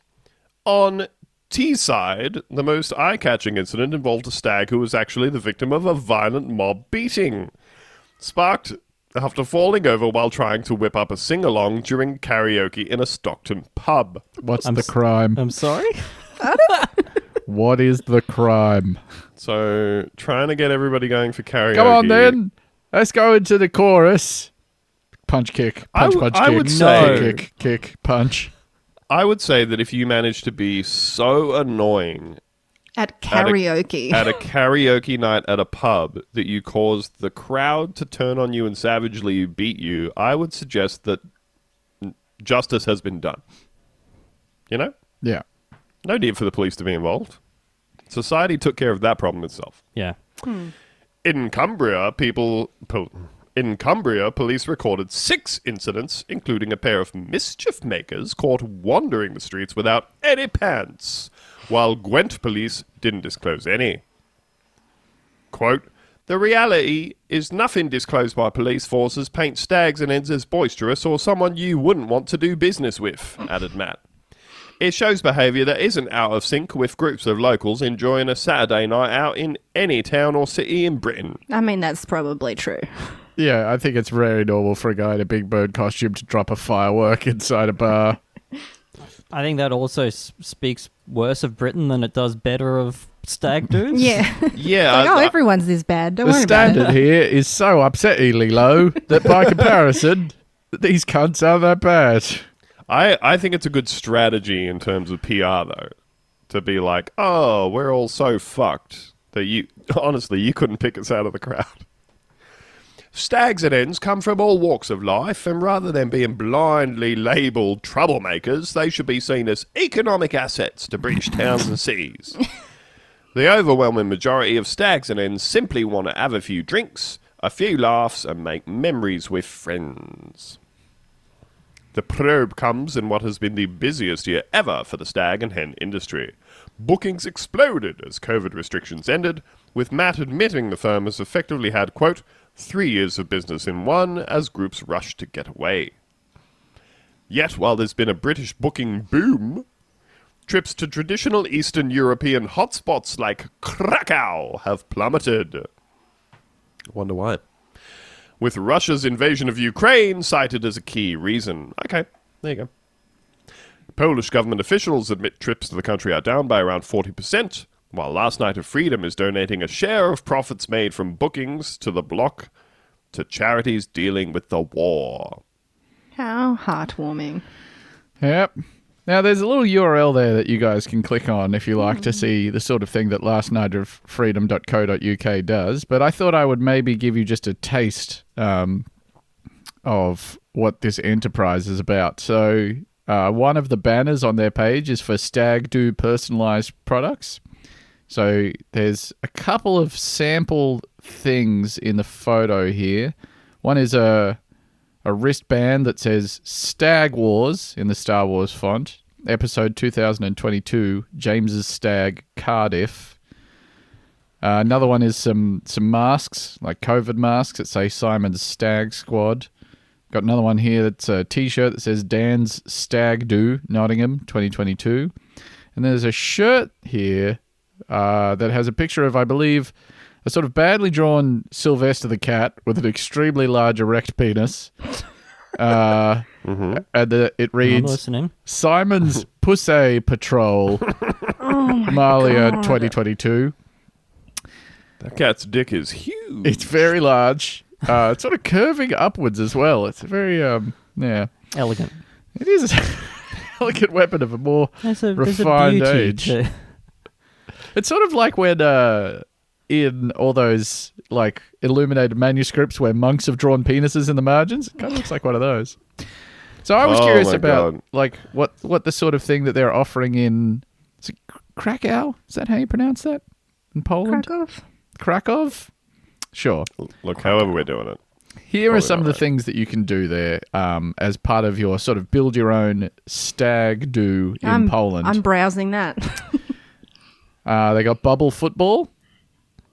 [SPEAKER 1] On Teesside, the most eye catching incident involved a stag who was actually the victim of a violent mob beating, sparked after falling over while trying to whip up a sing along during karaoke in a Stockton pub.
[SPEAKER 2] What's
[SPEAKER 5] I'm
[SPEAKER 2] the
[SPEAKER 5] s- uh,
[SPEAKER 2] crime?
[SPEAKER 5] I'm sorry.
[SPEAKER 2] what is the crime?
[SPEAKER 1] So, trying to get everybody going for karaoke.
[SPEAKER 2] Come on then. Let's go into the chorus. Punch kick. Punch,
[SPEAKER 1] I w-
[SPEAKER 2] punch,
[SPEAKER 1] I
[SPEAKER 2] kick.
[SPEAKER 1] would
[SPEAKER 2] kick,
[SPEAKER 1] say-
[SPEAKER 2] kick, kick, punch.
[SPEAKER 1] I would say that if you manage to be so annoying
[SPEAKER 4] At karaoke.
[SPEAKER 1] at a karaoke night at a pub that you caused the crowd to turn on you and savagely beat you, I would suggest that n- justice has been done. You know?
[SPEAKER 2] Yeah.
[SPEAKER 1] No need for the police to be involved. Society took care of that problem itself.
[SPEAKER 5] Yeah.
[SPEAKER 1] In Cumbria, people. Po- in Cumbria, police recorded six incidents, including a pair of mischief makers caught wandering the streets without any pants, while Gwent police didn't disclose any. Quote The reality is nothing disclosed by police forces paints stags and ends as boisterous or someone you wouldn't want to do business with, added Matt. It shows behaviour that isn't out of sync with groups of locals enjoying a Saturday night out in any town or city in Britain.
[SPEAKER 4] I mean, that's probably true.
[SPEAKER 2] Yeah, I think it's very normal for a guy in a big bird costume to drop a firework inside a bar.
[SPEAKER 5] I think that also s- speaks worse of Britain than it does better of stag dudes.
[SPEAKER 4] Yeah.
[SPEAKER 1] Yeah,
[SPEAKER 4] like,
[SPEAKER 1] I-
[SPEAKER 4] oh,
[SPEAKER 1] I-
[SPEAKER 4] everyone's this bad. Don't
[SPEAKER 2] Uh, The
[SPEAKER 4] worry about
[SPEAKER 2] standard
[SPEAKER 4] it.
[SPEAKER 2] here is so upsettingly low that by comparison, these cunts are that bad.
[SPEAKER 1] I, I think it's a good strategy in terms of PR though, to be like, oh, we're all so fucked that you honestly you couldn't pick us out of the crowd. Stags and ends come from all walks of life, and rather than being blindly labelled troublemakers, they should be seen as economic assets to British towns and seas. The overwhelming majority of stags and ends simply want to have a few drinks, a few laughs, and make memories with friends. The probe comes in what has been the busiest year ever for the stag and hen industry. Bookings exploded as COVID restrictions ended, with Matt admitting the firm has effectively had, quote, three years of business in one as groups rush to get away. Yet, while there's been a British booking boom, trips to traditional Eastern European hotspots like Krakow have plummeted. Wonder why with Russia's invasion of Ukraine cited as a key reason. Okay, there you go. Polish government officials admit trips to the country are down by around 40%, while Last Night of Freedom is donating a share of profits made from bookings to the bloc to charities dealing with the war.
[SPEAKER 4] How heartwarming.
[SPEAKER 2] Yep. Now, there's a little URL there that you guys can click on if you like to see the sort of thing that Last Night of Freedom.co.uk does. But I thought I would maybe give you just a taste um, of what this enterprise is about. So, uh, one of the banners on their page is for Stag Do personalized products. So, there's a couple of sample things in the photo here. One is a a wristband that says Stag Wars in the Star Wars font, episode 2022, James's Stag, Cardiff. Uh, another one is some, some masks, like COVID masks that say Simon's Stag Squad. Got another one here that's a t shirt that says Dan's Stag Do, Nottingham 2022. And there's a shirt here uh, that has a picture of, I believe, a sort of badly drawn Sylvester the cat with an extremely large erect penis. Uh, And the, it
[SPEAKER 5] I'm
[SPEAKER 2] reads
[SPEAKER 5] listening.
[SPEAKER 2] Simon's Pussy Patrol, Malia 2022.
[SPEAKER 1] That cat's dick is huge.
[SPEAKER 2] It's very large. Uh, it's sort of curving upwards as well. It's a very, um, yeah,
[SPEAKER 5] Elegant.
[SPEAKER 2] it is an elegant weapon of a more
[SPEAKER 5] There's a, there's a
[SPEAKER 2] refined
[SPEAKER 5] beauty
[SPEAKER 2] age.
[SPEAKER 5] to-
[SPEAKER 2] It's sort of like when uh, in all those like illuminated manuscripts where monks have drawn penises in the margins. It kind of looks like one of those. So I was
[SPEAKER 1] Oh
[SPEAKER 2] curious
[SPEAKER 1] my
[SPEAKER 2] about
[SPEAKER 1] God.
[SPEAKER 2] like what what the sort of thing that they're offering in is it Krakow? Is that how you pronounce that in Poland?
[SPEAKER 4] Crack off.
[SPEAKER 2] Krakow? Sure.
[SPEAKER 1] Look, however we're doing it.
[SPEAKER 2] Here are
[SPEAKER 1] Probably
[SPEAKER 2] some of
[SPEAKER 1] not
[SPEAKER 2] the
[SPEAKER 1] right.
[SPEAKER 2] things that you can do there um, as part of your sort of build your own stag do in
[SPEAKER 4] I'm,
[SPEAKER 2] Poland.
[SPEAKER 4] I'm browsing that.
[SPEAKER 2] Uh, they got bubble football.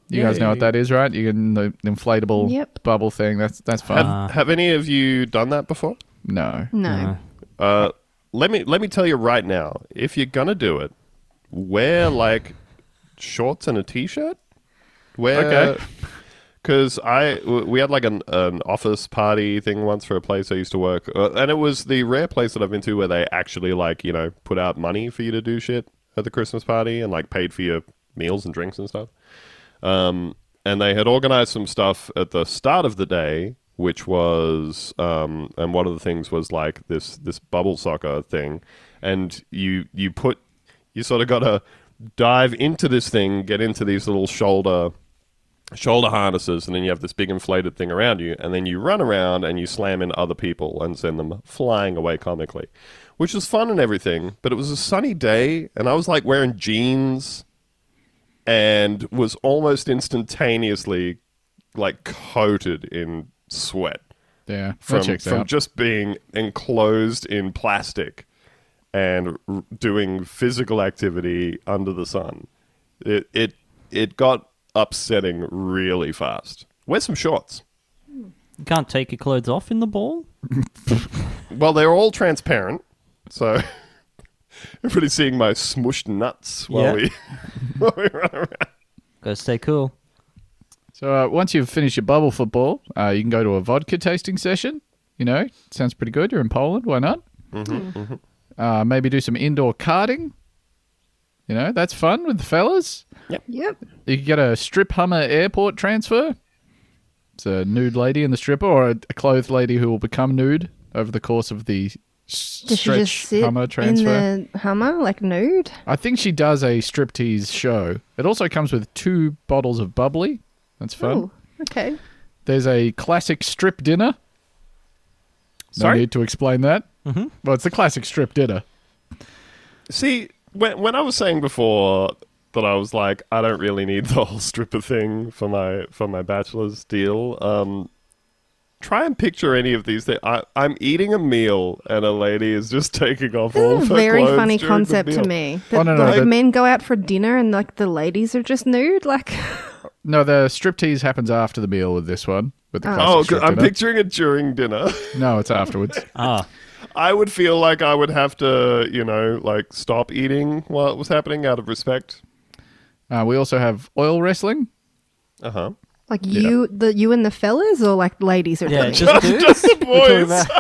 [SPEAKER 2] You guys know what that is, right? You can the inflatable
[SPEAKER 4] Yep.
[SPEAKER 2] bubble thing. That's that's fun.
[SPEAKER 1] Have, have any of you done that before?
[SPEAKER 2] no.
[SPEAKER 4] No.
[SPEAKER 1] Uh, let me let me tell you right now. If you're gonna do it, wear like shorts and a t-shirt. Wear
[SPEAKER 2] Okay.
[SPEAKER 1] Because I w- we had like an an office party thing once for a place I used to work, uh, and it was the rare place that I've been to where they actually like you know put out money for you to do shit at the Christmas party and like paid for your meals and drinks and stuff. Um, and they had organized some stuff at the start of the day, which was, um, and one of the things was like this this bubble soccer thing, and you you put you sort of got to dive into this thing, get into these little shoulder shoulder harnesses, and then you have this big inflated thing around you, and then you run around and you slam in other people and send them flying away comically, which was fun and everything. But it was a sunny day, and I was like wearing jeans and was almost instantaneously like coated in sweat
[SPEAKER 2] Yeah.
[SPEAKER 1] from,
[SPEAKER 2] that checks
[SPEAKER 1] from
[SPEAKER 2] out.
[SPEAKER 1] just being enclosed in plastic and r- doing physical activity under the sun. It, it it got upsetting really fast. Wear some shorts.
[SPEAKER 5] You can't take your clothes off in the ball.
[SPEAKER 1] Well, they're all transparent, so everybody's seeing my smushed nuts while
[SPEAKER 5] Yeah.
[SPEAKER 1] we while we run around.
[SPEAKER 5] Gotta stay cool.
[SPEAKER 2] so uh, once you've finished your bubble football, uh, you can go to a vodka tasting session. You know, sounds
[SPEAKER 1] Mm-hmm,
[SPEAKER 2] pretty
[SPEAKER 4] Hmm.
[SPEAKER 2] good. You're in Poland. Why not? Uh, maybe do some indoor karting. You know, that's fun with the fellas.
[SPEAKER 4] Yep.
[SPEAKER 2] You can get a strip hummer airport transfer. It's a nude lady and the stripper, or a, a clothed lady who will become nude over the course of the s-
[SPEAKER 4] Does she
[SPEAKER 2] stretch
[SPEAKER 4] just sit
[SPEAKER 2] hummer transfer.
[SPEAKER 4] in the Hummer like nude?
[SPEAKER 2] I think she does a striptease show. It also comes with two bottles of bubbly. That's fun.
[SPEAKER 4] Oh, okay.
[SPEAKER 2] There's a classic strip dinner. No
[SPEAKER 5] Sorry?
[SPEAKER 2] need to explain that. Mm-hmm. Well, it's the classic strip dinner.
[SPEAKER 1] See, when when I was saying before that I was like, I don't really need the whole stripper thing for my for my bachelor's deal. Um, try and picture any of these things. I, I'm eating a meal and a lady is just taking off all of
[SPEAKER 4] This is a
[SPEAKER 1] her
[SPEAKER 4] very
[SPEAKER 1] clothes
[SPEAKER 4] funny
[SPEAKER 1] during the
[SPEAKER 4] concept to
[SPEAKER 1] meal.
[SPEAKER 4] me.
[SPEAKER 2] Oh,
[SPEAKER 4] That
[SPEAKER 2] no, no,
[SPEAKER 4] the
[SPEAKER 2] that-
[SPEAKER 4] men go out for dinner and like the ladies are just nude. Like,
[SPEAKER 2] No, the striptease happens after the meal with this one. With the classic
[SPEAKER 1] Oh,
[SPEAKER 2] strip
[SPEAKER 1] I'm
[SPEAKER 2] dinner.
[SPEAKER 1] picturing it during dinner.
[SPEAKER 2] No, it's afterwards.
[SPEAKER 5] Ah,
[SPEAKER 1] I would feel like I would have to, you know, like stop eating while it was happening out of respect.
[SPEAKER 2] Uh, we also have oil wrestling.
[SPEAKER 1] Uh huh.
[SPEAKER 4] like you, the you and the fellas, or like ladies are
[SPEAKER 5] yeah,
[SPEAKER 4] nude?
[SPEAKER 5] just dudes.
[SPEAKER 1] Just
[SPEAKER 5] We're talking
[SPEAKER 1] boys.
[SPEAKER 5] about,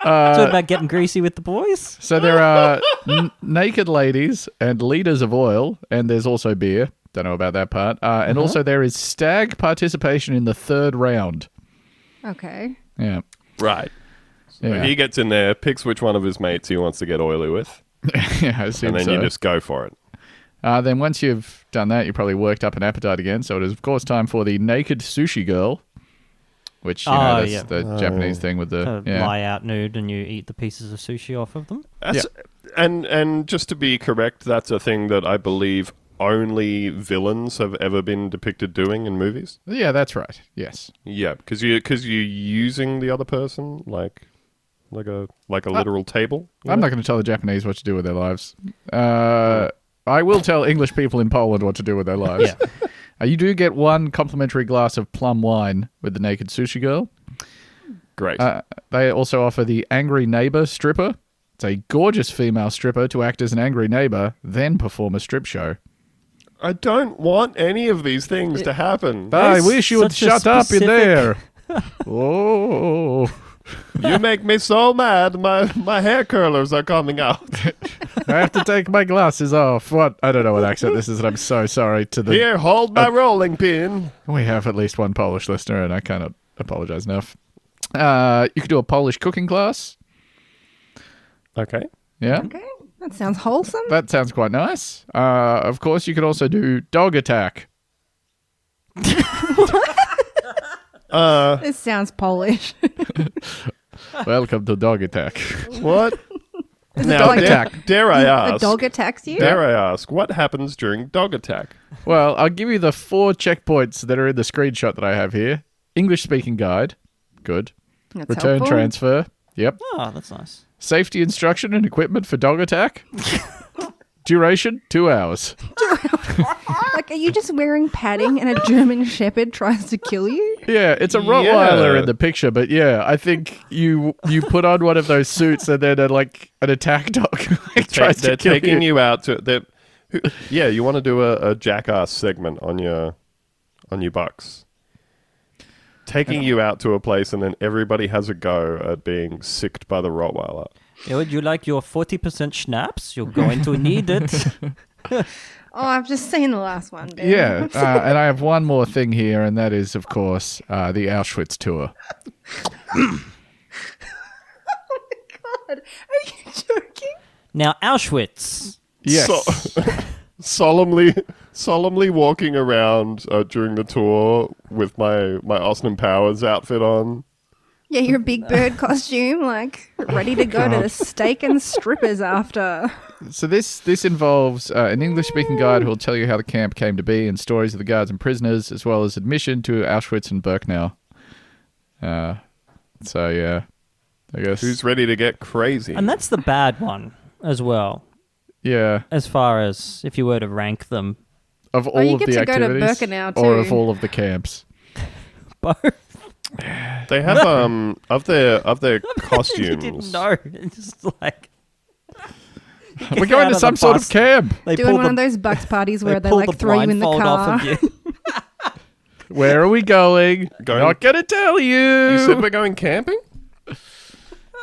[SPEAKER 2] Uh,
[SPEAKER 5] talking about getting greasy with the boys.
[SPEAKER 2] So there are n- naked ladies and liters of oil, and there's also beer. Don't know about that part. Uh,
[SPEAKER 1] Mm-hmm.
[SPEAKER 2] and also there is stag participation in the third round.
[SPEAKER 4] Okay.
[SPEAKER 2] Yeah.
[SPEAKER 1] Right. So
[SPEAKER 2] Yeah.
[SPEAKER 1] He gets in there, picks which one of his mates he wants to get oily with,
[SPEAKER 2] yeah, I assume
[SPEAKER 1] and then
[SPEAKER 2] so.
[SPEAKER 1] you just go for it.
[SPEAKER 2] Uh, then once you've done that, you probably worked up an appetite again. So it is, of course, time for the naked sushi girl, which you know,
[SPEAKER 1] Ah,
[SPEAKER 5] Oh,
[SPEAKER 2] that's
[SPEAKER 5] yeah.
[SPEAKER 2] the Japanese thing with the
[SPEAKER 5] To
[SPEAKER 2] yeah.
[SPEAKER 5] Uh, lie out nude and you eat the pieces of sushi off of them.
[SPEAKER 1] That's, And and just to be correct, that's a thing that I believe only villains have ever been depicted doing in movies.
[SPEAKER 2] Yeah, that's right. Yes.
[SPEAKER 1] Yeah, because you because you're using the other person like like a like a
[SPEAKER 2] Uh,
[SPEAKER 1] literal table. you
[SPEAKER 2] I'm
[SPEAKER 1] know?
[SPEAKER 2] not going to tell the Japanese what to do with their lives. Uh, I will tell English people in Poland what to do with their lives.
[SPEAKER 5] Yeah.
[SPEAKER 2] Uh, you do get one complimentary glass of plum wine with the naked sushi girl.
[SPEAKER 1] Great.
[SPEAKER 2] Uh, they also offer the angry neighbor stripper. It's a gorgeous female stripper to act as an angry neighbor, then perform a strip show.
[SPEAKER 1] I don't want any of these things to happen.
[SPEAKER 2] I
[SPEAKER 5] That's
[SPEAKER 2] wish you would
[SPEAKER 5] such a
[SPEAKER 2] shut up in
[SPEAKER 5] specific-
[SPEAKER 2] there. oh,
[SPEAKER 1] you make me so mad. My my hair curlers are coming out.
[SPEAKER 2] I have to take my glasses off. What? I don't know what accent this is, and I'm so sorry to the. uh,
[SPEAKER 1] Here, hold my rolling pin.
[SPEAKER 2] We have at least one Polish listener, and I cannot apologize enough. Uh, you could do a Polish cooking class.
[SPEAKER 1] Okay.
[SPEAKER 2] Yeah.
[SPEAKER 4] Okay. That sounds wholesome.
[SPEAKER 2] That sounds quite nice. Uh, of course, you could also do dog attack.
[SPEAKER 4] This sounds Polish.
[SPEAKER 2] Welcome to dog attack.
[SPEAKER 1] What? now,
[SPEAKER 4] dog
[SPEAKER 1] dare,
[SPEAKER 2] attack.
[SPEAKER 1] dare I
[SPEAKER 4] a
[SPEAKER 1] ask?
[SPEAKER 4] dog attacks you.
[SPEAKER 1] dare I ask what happens during dog attack?
[SPEAKER 2] well, I'll give you the four checkpoints that are in the screenshot that I have here English speaking guide. Good.
[SPEAKER 4] That's
[SPEAKER 2] Return
[SPEAKER 4] helpful.
[SPEAKER 2] transfer. Yep.
[SPEAKER 5] Oh, that's nice.
[SPEAKER 2] Safety instruction and equipment for dog attack. Duration two hours.
[SPEAKER 4] Like, are you just wearing padding and a German Shepherd tries to kill you?
[SPEAKER 2] Yeah, it's a Rottweiler
[SPEAKER 1] Yeah.
[SPEAKER 2] in the picture, but yeah, I think you you put on one of those suits and then uh, like an attack dog like,
[SPEAKER 1] Ta-
[SPEAKER 2] tries
[SPEAKER 1] they're
[SPEAKER 2] to kill
[SPEAKER 1] taking
[SPEAKER 2] you.
[SPEAKER 1] you. out to they're- who- Yeah, you want to do a, a jackass segment on your on your bucks. Taking you out to a place and then everybody has a go at being sicked by the Rottweiler.
[SPEAKER 5] Yeah, would you like your 40% schnapps? You're going to need it.
[SPEAKER 4] Oh, I've just seen the last one. Ben.
[SPEAKER 2] Yeah, uh, and I have one more thing here, and that is, of course, uh, the Auschwitz tour.
[SPEAKER 4] God, are you joking?
[SPEAKER 5] now, Auschwitz.
[SPEAKER 2] Yes,
[SPEAKER 1] So- solemnly solemnly walking around uh, during the tour with my my Austin Powers outfit on.
[SPEAKER 4] Yeah, your big bird costume, like ready to go to the steak and strippers after.
[SPEAKER 2] so this this involves uh, an English speaking guide who will tell you how the camp came to be and stories of the guards and prisoners, as well as admission to Auschwitz and Birkenau. Uh, so yeah, I guess
[SPEAKER 1] Who's ready to get crazy?
[SPEAKER 5] And that's the bad one as well,
[SPEAKER 2] yeah.
[SPEAKER 5] as far as if you were to rank them
[SPEAKER 2] of all
[SPEAKER 4] Oh, you
[SPEAKER 2] of
[SPEAKER 4] get
[SPEAKER 2] the
[SPEAKER 4] to go to
[SPEAKER 2] activities
[SPEAKER 4] Birkenau
[SPEAKER 2] or
[SPEAKER 4] too.
[SPEAKER 2] of all of the camps.
[SPEAKER 5] both.
[SPEAKER 1] They have um of their of their
[SPEAKER 5] you
[SPEAKER 1] costumes.
[SPEAKER 5] didn't know. It's just like.
[SPEAKER 2] We're going to some sort of camp.
[SPEAKER 5] They
[SPEAKER 4] Doing
[SPEAKER 5] pull
[SPEAKER 4] one
[SPEAKER 5] the,
[SPEAKER 4] of those bucks parties
[SPEAKER 5] they
[SPEAKER 4] where they,
[SPEAKER 5] pull
[SPEAKER 4] like
[SPEAKER 5] the
[SPEAKER 4] throw you in the
[SPEAKER 5] blindfold
[SPEAKER 4] car.
[SPEAKER 5] off of you.
[SPEAKER 2] Where are we going?
[SPEAKER 1] Going-
[SPEAKER 2] Not gonna tell you.
[SPEAKER 1] You said we're going camping?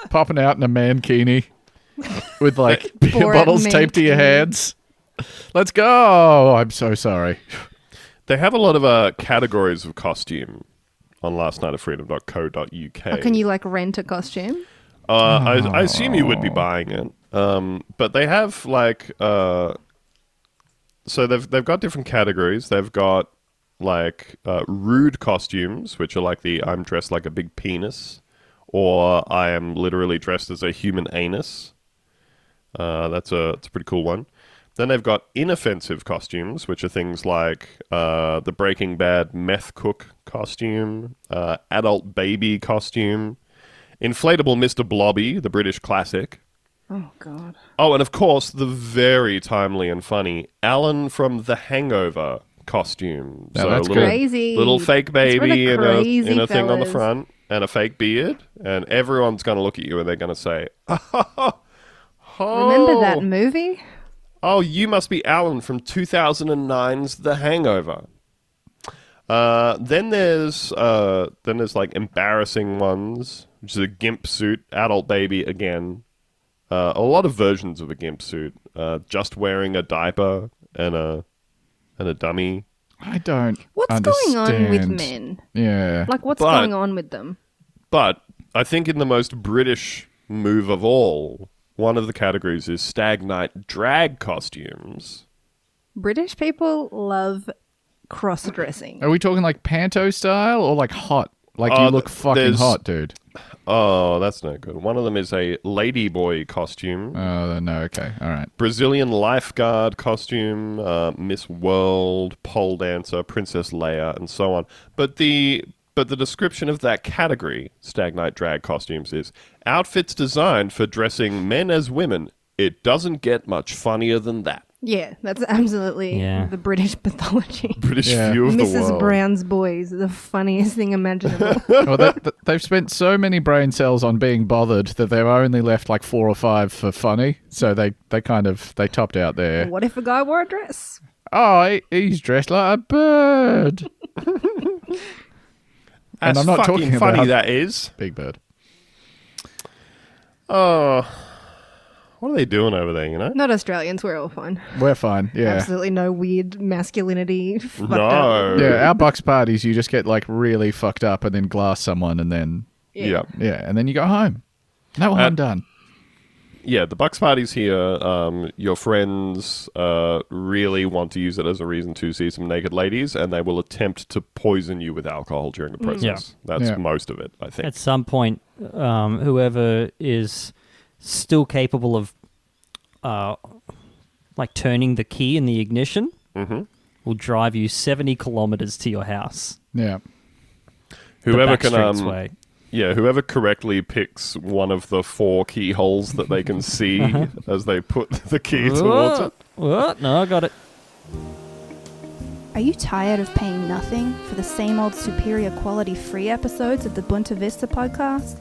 [SPEAKER 2] Popping out in a mankini with like beer
[SPEAKER 4] Borat
[SPEAKER 2] bottles taped to your
[SPEAKER 4] mankini.
[SPEAKER 2] hands. Let's go. Oh, I'm so sorry.
[SPEAKER 1] They have a lot of uh, categories of costume on lastnightoffreedom.co.uk.
[SPEAKER 4] Or Oh, can you Oh. like rent a costume?
[SPEAKER 1] Uh, I, I assume you would be buying it, um, but they have like uh, so they've they've got different categories. They've got like uh, rude costumes, which are like the I'm dressed like a big penis, or I am literally dressed as a human anus. Uh, that's a that's a pretty cool one. Then they've got inoffensive costumes, which are things like uh, the Breaking Bad meth cook costume, uh, adult baby costume, inflatable Mr. Blobby, the British classic.
[SPEAKER 4] Oh god.
[SPEAKER 1] Oh, and of course, the very timely and funny Alan from The Hangover costume.
[SPEAKER 2] Now that's
[SPEAKER 1] little,
[SPEAKER 2] good.
[SPEAKER 4] Crazy.
[SPEAKER 1] Little fake
[SPEAKER 4] That's where the
[SPEAKER 1] baby and a,
[SPEAKER 4] crazy
[SPEAKER 1] and a thing on the
[SPEAKER 4] fellas-
[SPEAKER 1] front and a fake beard. And everyone's going to look at you and they're going to say,
[SPEAKER 4] Remember
[SPEAKER 1] oh,
[SPEAKER 4] that movie?
[SPEAKER 1] oh, you must be Alan from 2009's The Hangover. Uh, then there's uh, then there's like embarrassing ones, which is a gimp suit, adult baby again. Uh, a lot of versions of a gimp suit, uh, just wearing a diaper and a and a dummy.
[SPEAKER 2] I don't.
[SPEAKER 4] What's going on with
[SPEAKER 2] understand.
[SPEAKER 4] men?
[SPEAKER 2] Yeah.
[SPEAKER 4] Like what's
[SPEAKER 1] But-
[SPEAKER 4] going on with them?
[SPEAKER 1] But I think in the most British move of all, one of the categories is stag night drag costumes.
[SPEAKER 4] British people love cross dressing.
[SPEAKER 1] Oh.
[SPEAKER 2] Are we talking like panto style or like hot? Like
[SPEAKER 1] Uh,
[SPEAKER 2] you look
[SPEAKER 1] th-
[SPEAKER 2] fucking
[SPEAKER 1] there's-
[SPEAKER 2] hot, dude.
[SPEAKER 1] Oh, that's no good. One of them is a ladyboy costume.
[SPEAKER 2] Oh no. Okay. All right.
[SPEAKER 1] Brazilian lifeguard costume, uh, Miss World, pole dancer, Princess Leia, and so on. But the but the description of that category, stag night drag costumes, is outfits designed for dressing men as women. It doesn't get much funnier than that.
[SPEAKER 4] Yeah, that's absolutely
[SPEAKER 5] Yeah.
[SPEAKER 4] the British pathology.
[SPEAKER 1] British
[SPEAKER 2] Yeah.
[SPEAKER 1] view of the
[SPEAKER 4] Mrs.
[SPEAKER 1] world.
[SPEAKER 4] Brown's boys, the funniest thing imaginable.
[SPEAKER 2] well, they, th- they've spent so many brain cells on being bothered that they've only left like four or five for funny. So they they kind of they topped out there.
[SPEAKER 4] what if a guy wore a dress?
[SPEAKER 2] Oh, he, he's dressed like a bird.
[SPEAKER 1] That's
[SPEAKER 2] And I'm not
[SPEAKER 1] fucking
[SPEAKER 2] talking
[SPEAKER 1] funny.
[SPEAKER 2] about-
[SPEAKER 1] That is.
[SPEAKER 2] Big bird.
[SPEAKER 1] What are they doing over there? You know.
[SPEAKER 4] Not Australians, we're all fine.
[SPEAKER 2] We're fine. Yeah.
[SPEAKER 4] Absolutely no weird masculinity. fucked up.
[SPEAKER 1] No.
[SPEAKER 2] Yeah, our box parties, you just get like really fucked up and then glass someone and then,
[SPEAKER 1] yeah.
[SPEAKER 2] yeah, and then you go home. No harm done.
[SPEAKER 1] yeah, the Bucks party's here. Um, your friends uh, really want to use it as a reason to see some naked ladies, and they will attempt to poison you with alcohol during the
[SPEAKER 5] Mm.
[SPEAKER 1] process. That's
[SPEAKER 2] Yeah.
[SPEAKER 1] most of it, I think.
[SPEAKER 5] At some point, um, whoever is still capable of, uh, like turning the key in the ignition, will drive you seventy kilometers to your house.
[SPEAKER 2] Yeah.
[SPEAKER 5] the
[SPEAKER 1] whoever
[SPEAKER 5] back
[SPEAKER 1] can,
[SPEAKER 5] streets
[SPEAKER 1] um,
[SPEAKER 5] way.
[SPEAKER 1] yeah, whoever correctly picks one of the four keyholes that they can see as they put the key towards it.
[SPEAKER 5] Whoa, no, I got it.
[SPEAKER 7] Are you tired of paying nothing for the same old superior quality free episodes of the Bunta Vista podcast?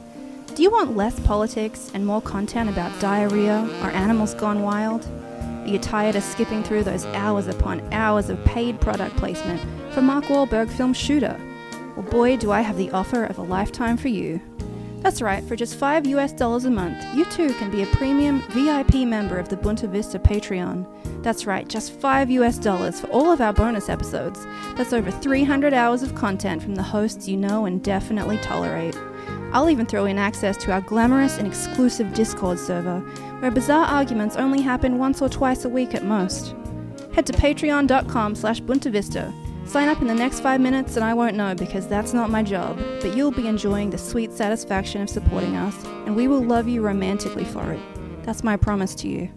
[SPEAKER 7] Do you want less politics and more content about diarrhea or animals gone wild? Are you tired of skipping through those hours upon hours of paid product placement for Mark Wahlberg film Shooter? Well, boy, do I have the offer of a lifetime for you. That's right, for just 5 US dollars a month, you too can be a premium VIP member of the Bunta Vista Patreon. That's right, just 5 US dollars for all of our bonus episodes. That's over 300 hours of content from the hosts you know and definitely tolerate. I'll even throw in access to our glamorous and exclusive Discord server, where bizarre arguments only happen once or twice a week at most. Head to patreon.com slash buntavista. Sign up in the next five minutes and I won't know because that's not my job, but you'll be enjoying the sweet satisfaction of supporting us, and we will love you romantically for it. That's my promise to you.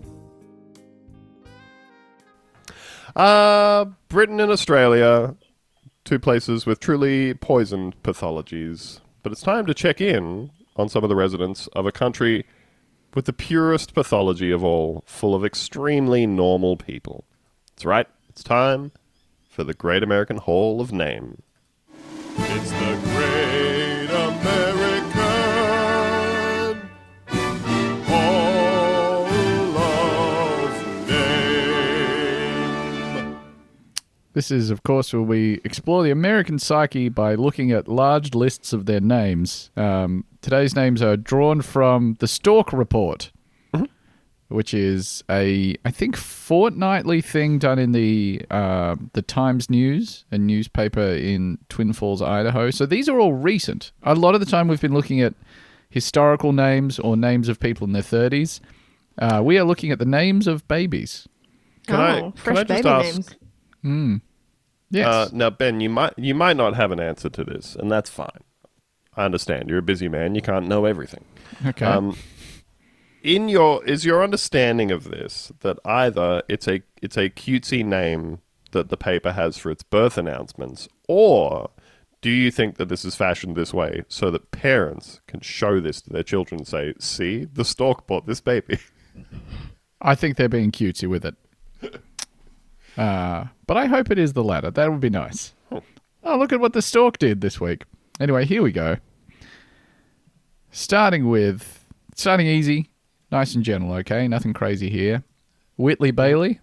[SPEAKER 1] Uh, Britain and Australia, two places with truly poisoned pathologies. But it's time to check in on some of the residents of a country with the purest pathology of all, full of extremely normal people. That's right, it's time for the Great American Hall of Name. It's the Great American Hall of Name.
[SPEAKER 2] This is, of course, where we explore the American psyche by looking at large lists of their
[SPEAKER 1] Mm-hmm.
[SPEAKER 2] names. Um, today's names are drawn from the Stork Report, which is a I think fortnightly thing done in the uh, the Times News, a newspaper in Twin Falls, Idaho. So these are all recent. A lot of the time we've been looking at historical names or names of people in their 30s. Uh, we are looking at the names of babies.
[SPEAKER 1] Can I- can
[SPEAKER 4] oh, fresh
[SPEAKER 1] I just
[SPEAKER 4] baby
[SPEAKER 1] ask-
[SPEAKER 4] names.
[SPEAKER 2] Yes.
[SPEAKER 1] Uh, now, Ben, you might you might not have an answer to this, and that's fine. I understand. You're a busy man. You can't know everything.
[SPEAKER 2] okay.
[SPEAKER 1] Um, in your is your understanding of this that either it's a it's a cutesy name that the paper has for its birth announcements, or do you think that this is fashioned this way so that parents can show this to their children and say, "See, the stork bought this baby."
[SPEAKER 2] I think they're being cutesy with it. Uh, but I hope it is the latter. That would be nice. Oh, look at what the stork did this week. Anyway, here we go. Starting with, starting easy, nice and gentle, okay? Nothing crazy here. Whitley Bailey.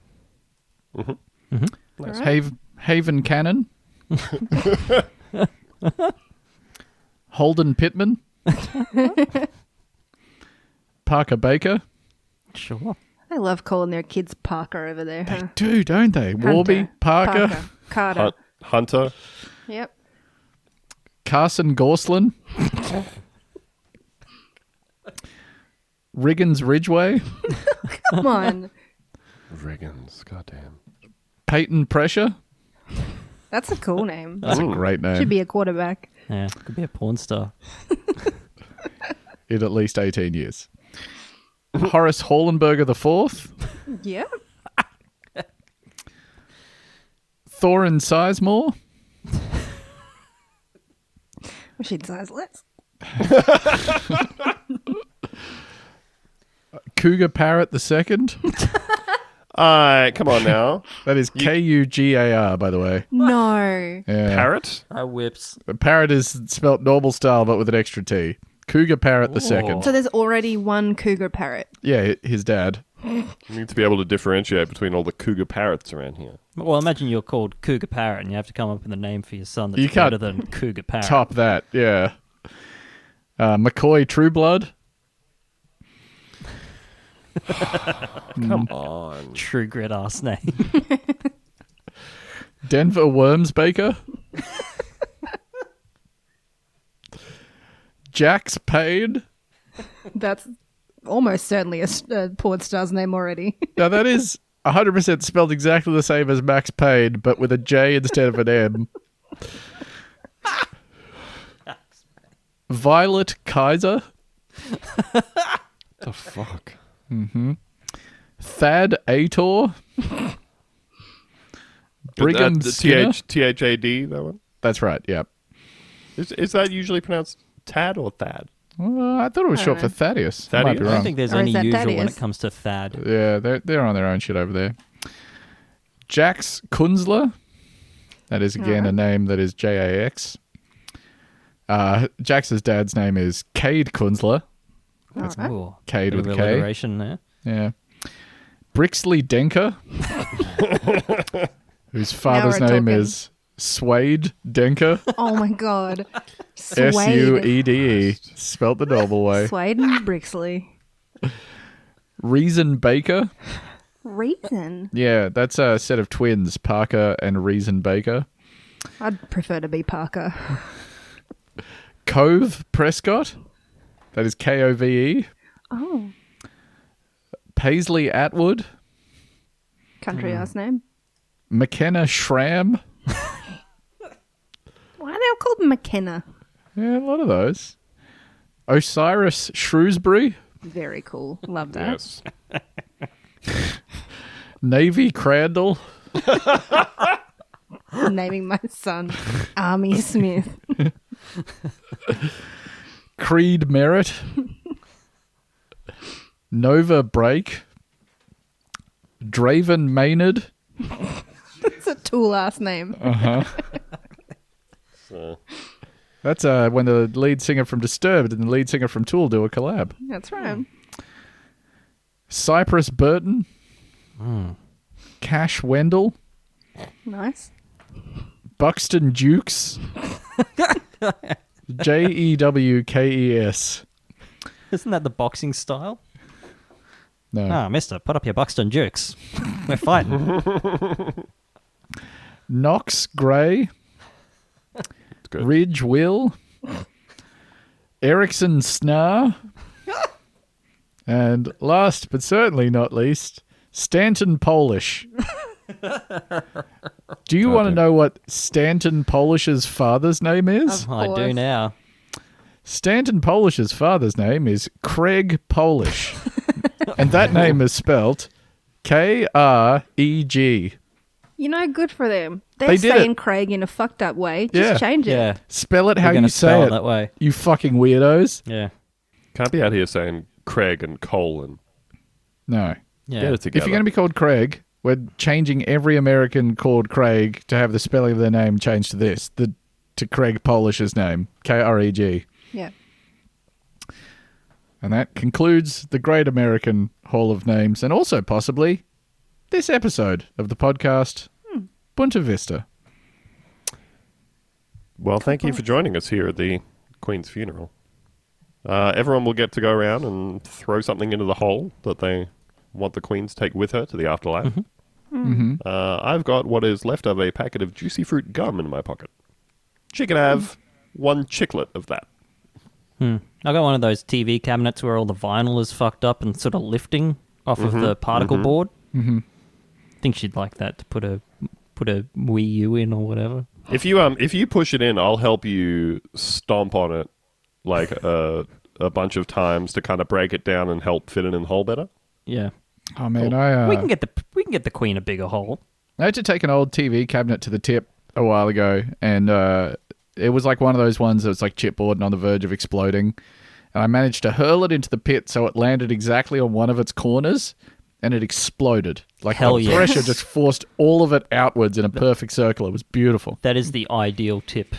[SPEAKER 2] Mm-hmm. Haven, Haven Cannon. Holden Pittman. Parker Baker.
[SPEAKER 5] Sure.
[SPEAKER 4] I love calling their kids Parker over there.
[SPEAKER 2] They
[SPEAKER 4] Huh?
[SPEAKER 2] do, don't they? Warby,
[SPEAKER 4] Hunter,
[SPEAKER 2] Parker,
[SPEAKER 4] Carter.
[SPEAKER 1] Hun- Hunter,
[SPEAKER 4] Yep.
[SPEAKER 2] Carson Gorslin, Riggins Ridgeway,
[SPEAKER 4] Come on.
[SPEAKER 1] Riggins, goddamn.
[SPEAKER 2] Peyton Pressure.
[SPEAKER 4] That's a cool name.
[SPEAKER 2] That's a great name.
[SPEAKER 4] Should be a quarterback.
[SPEAKER 5] Yeah, could be a porn star.
[SPEAKER 2] in at least 18 years. Horace Hollenberger IV,
[SPEAKER 4] Yeah.
[SPEAKER 2] Thorin Sizemore,
[SPEAKER 4] Machine size less.
[SPEAKER 2] Cougar Parrot II.
[SPEAKER 1] All right, come on now,
[SPEAKER 2] That is K U G A R, by the way.
[SPEAKER 4] No.
[SPEAKER 2] Yeah.
[SPEAKER 1] parrot.
[SPEAKER 5] I whips.
[SPEAKER 2] The Parrot is spelt normal style, but with an extra T. Cougar Parrot
[SPEAKER 5] Ooh.
[SPEAKER 2] II.
[SPEAKER 4] So there's already one cougar parrot.
[SPEAKER 2] Yeah, hi- his dad.
[SPEAKER 1] You need to be able to differentiate between all the cougar parrots around here.
[SPEAKER 5] Well, imagine you're called Cougar Parrot, and you have to come up with a name for your son that's
[SPEAKER 2] You can't
[SPEAKER 5] better than Cougar Parrot.
[SPEAKER 2] Top that, yeah. Uh, McCoy Trueblood.
[SPEAKER 1] Come on.
[SPEAKER 5] True grit ass name.
[SPEAKER 2] Denver Worms Baker. Jax Payne.
[SPEAKER 4] That's almost certainly a, s- a porn star's name already.
[SPEAKER 2] Now that is 100% spelled exactly the same as Max Payne, but with a J instead of an M. Violet Kaiser.
[SPEAKER 1] the fuck?
[SPEAKER 2] Mm-hmm. Thad Ator. Brigham
[SPEAKER 1] T
[SPEAKER 2] Skinner.
[SPEAKER 1] H T H A D. That one
[SPEAKER 2] That's right, yeah.
[SPEAKER 1] is, is that usually pronounced Tad or Thad?
[SPEAKER 2] Well, Uh, I thought it was
[SPEAKER 4] I
[SPEAKER 2] short
[SPEAKER 4] don't
[SPEAKER 2] for Thaddeus. I Might be
[SPEAKER 1] Thaddeus?
[SPEAKER 5] I
[SPEAKER 2] wrong.
[SPEAKER 5] don't think there's
[SPEAKER 4] Or is
[SPEAKER 5] any
[SPEAKER 4] that
[SPEAKER 5] usual when
[SPEAKER 4] Thaddeus?
[SPEAKER 5] it comes to Thad.
[SPEAKER 2] Yeah, they're they're on their own shit over there. Jax Kunzler. That is again a name that is J A X. Uh, Jax's dad's name is Cade Kunzler.
[SPEAKER 5] That's cool.
[SPEAKER 2] Cade with a K.
[SPEAKER 5] alliteration there.
[SPEAKER 2] Yeah. Brixley Denker. whose father's
[SPEAKER 4] we're
[SPEAKER 2] name
[SPEAKER 4] talking.
[SPEAKER 2] is Swade Denker.
[SPEAKER 4] Oh my god.
[SPEAKER 2] S U
[SPEAKER 4] Swade.
[SPEAKER 2] E D E. Spelt the normal way.
[SPEAKER 4] Swade and Brixley.
[SPEAKER 2] Reason Baker.
[SPEAKER 4] Reason.
[SPEAKER 2] Yeah, that's a set of twins, Parker and Reason Baker.
[SPEAKER 4] I'd prefer to be Parker.
[SPEAKER 2] Cove Prescott. That is K O V E.
[SPEAKER 4] Oh,
[SPEAKER 2] Paisley Atwood. Mm.
[SPEAKER 4] country ass name.
[SPEAKER 2] McKenna Schramm.
[SPEAKER 4] Why are they all called McKenna?
[SPEAKER 2] Yeah, a lot of those. Osiris Shrewsbury.
[SPEAKER 4] Very cool. Love that.
[SPEAKER 1] Yes.
[SPEAKER 2] Navy Crandall.
[SPEAKER 4] Naming my son Army Smith.
[SPEAKER 2] Creed Merritt. Nova Break. Draven Maynard.
[SPEAKER 4] It's a tool last name.
[SPEAKER 2] Uh.
[SPEAKER 1] Uh,
[SPEAKER 2] That's uh, when the lead singer from Disturbed and the lead singer from Tool do a collab.
[SPEAKER 4] That's right.
[SPEAKER 2] Cypress Burton. Cash Wendell.
[SPEAKER 4] Nice.
[SPEAKER 2] Buxton Jukes. J E W K E S.
[SPEAKER 5] Isn't that the boxing style?
[SPEAKER 2] No.
[SPEAKER 5] Ah, mister, put up your Buxton Dukes. We're fighting.
[SPEAKER 2] Knox Gray,
[SPEAKER 1] Good.
[SPEAKER 2] Ridge Will, Erickson Snar, and last but certainly not least, Stanton Polish. Do you want to
[SPEAKER 1] Okay.
[SPEAKER 2] know what Stanton Polish's father's name
[SPEAKER 1] Uh-huh.
[SPEAKER 2] is?
[SPEAKER 5] I do
[SPEAKER 4] course.
[SPEAKER 5] now.
[SPEAKER 2] Stanton Polish's father's name is Craig Polish. and that name is spelt K R E G.
[SPEAKER 4] You know, good for them. They're
[SPEAKER 2] They did it.
[SPEAKER 4] saying Craig in a fucked up way. Just
[SPEAKER 2] Yeah.
[SPEAKER 4] change it.
[SPEAKER 5] Yeah.
[SPEAKER 2] Spell it how
[SPEAKER 5] We're gonna
[SPEAKER 2] you
[SPEAKER 5] spell
[SPEAKER 2] say
[SPEAKER 5] it
[SPEAKER 2] it.
[SPEAKER 5] that way.
[SPEAKER 2] You fucking weirdos.
[SPEAKER 5] Yeah.
[SPEAKER 1] Can't be out here saying Craig and Cole and
[SPEAKER 2] No.
[SPEAKER 5] Yeah.
[SPEAKER 1] get it together.
[SPEAKER 2] If you're going to be called Craig, we're changing every American called Craig to have the spelling of their name changed to this, the to Craig Polish's name, K R E G.
[SPEAKER 4] Yeah.
[SPEAKER 2] And that concludes the Great American Hall of Names and also possibly this episode of the podcast
[SPEAKER 5] Hmm.
[SPEAKER 2] Bunta Vista.
[SPEAKER 1] Well, thank you for joining us here at the Queen's funeral. Uh, everyone will get to go around and throw something into the hole that they want the Queen to take with her to the afterlife.
[SPEAKER 2] Mm-hmm.
[SPEAKER 1] Uh, I've got what is left of a packet of juicy fruit gum in my pocket. She can have one chiclet of that.
[SPEAKER 5] I got one of those TV cabinets where all the vinyl is fucked up and sort of lifting off of the particle board. Mm-hmm. I think she'd like that to put a put a Wii U in or whatever.
[SPEAKER 1] If you um if you push it in, I'll help you stomp on it like a a bunch of times to kind of break it down and help fit it in the hole better.
[SPEAKER 5] Yeah,
[SPEAKER 2] Oh man, I uh,
[SPEAKER 5] we can get the we can get the queen a bigger hole.
[SPEAKER 2] I had to take an old TV cabinet to the tip a while ago, and uh, it was like one of those ones that was like chipboard and on the verge of exploding. And I managed to hurl it into the pit so it landed exactly on one of its corners, and it exploded. Like
[SPEAKER 5] Hell
[SPEAKER 2] the
[SPEAKER 5] yes.
[SPEAKER 2] pressure just forced all of it outwards in a perfect circle. It was beautiful.
[SPEAKER 5] That is the ideal tip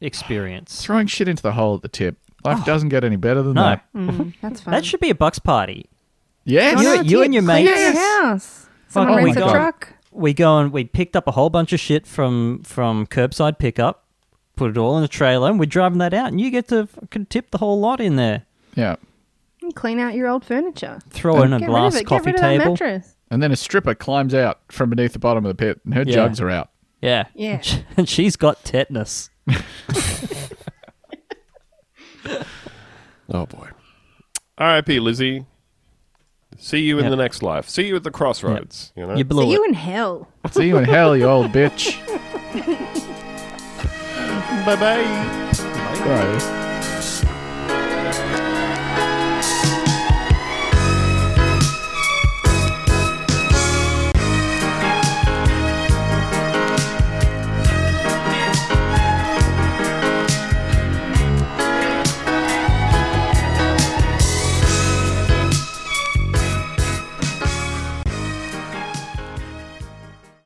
[SPEAKER 5] experience.
[SPEAKER 2] Throwing shit into the hole at the tip. Life doesn't get any better than
[SPEAKER 5] Oh. No.
[SPEAKER 2] that.
[SPEAKER 4] Mm-hmm. That's fine.
[SPEAKER 5] That should be a bucks party.
[SPEAKER 2] Yes.
[SPEAKER 5] You-
[SPEAKER 4] No,
[SPEAKER 5] you and your
[SPEAKER 4] clean
[SPEAKER 5] mates.
[SPEAKER 4] your house.
[SPEAKER 5] Oh
[SPEAKER 4] Someone
[SPEAKER 5] my
[SPEAKER 4] rents a
[SPEAKER 5] God.
[SPEAKER 4] truck.
[SPEAKER 5] We go and we picked up a whole bunch of shit from from curbside pickup, put it all in a trailer, and we're driving that out, and you get to fucking tip the whole lot in there.
[SPEAKER 2] Yeah.
[SPEAKER 4] And clean out your old furniture.
[SPEAKER 5] Throw in a
[SPEAKER 4] Get
[SPEAKER 5] glass
[SPEAKER 4] rid of it.
[SPEAKER 5] coffee
[SPEAKER 4] Get rid
[SPEAKER 5] table.
[SPEAKER 4] of that mattress.
[SPEAKER 2] And then a stripper climbs out from beneath the bottom of the pit, and her
[SPEAKER 5] Yeah.
[SPEAKER 2] jugs are out.
[SPEAKER 5] Yeah.
[SPEAKER 4] Yeah.
[SPEAKER 5] And she's got tetanus.
[SPEAKER 1] Oh boy. R.I.P. Lizzie. See you in
[SPEAKER 5] Yep.
[SPEAKER 1] the next life. See you at the crossroads. You know.
[SPEAKER 5] You blew
[SPEAKER 4] See
[SPEAKER 5] it.
[SPEAKER 4] you in hell.
[SPEAKER 2] See you in hell, you old bitch.
[SPEAKER 1] Bye bye.
[SPEAKER 2] Bro.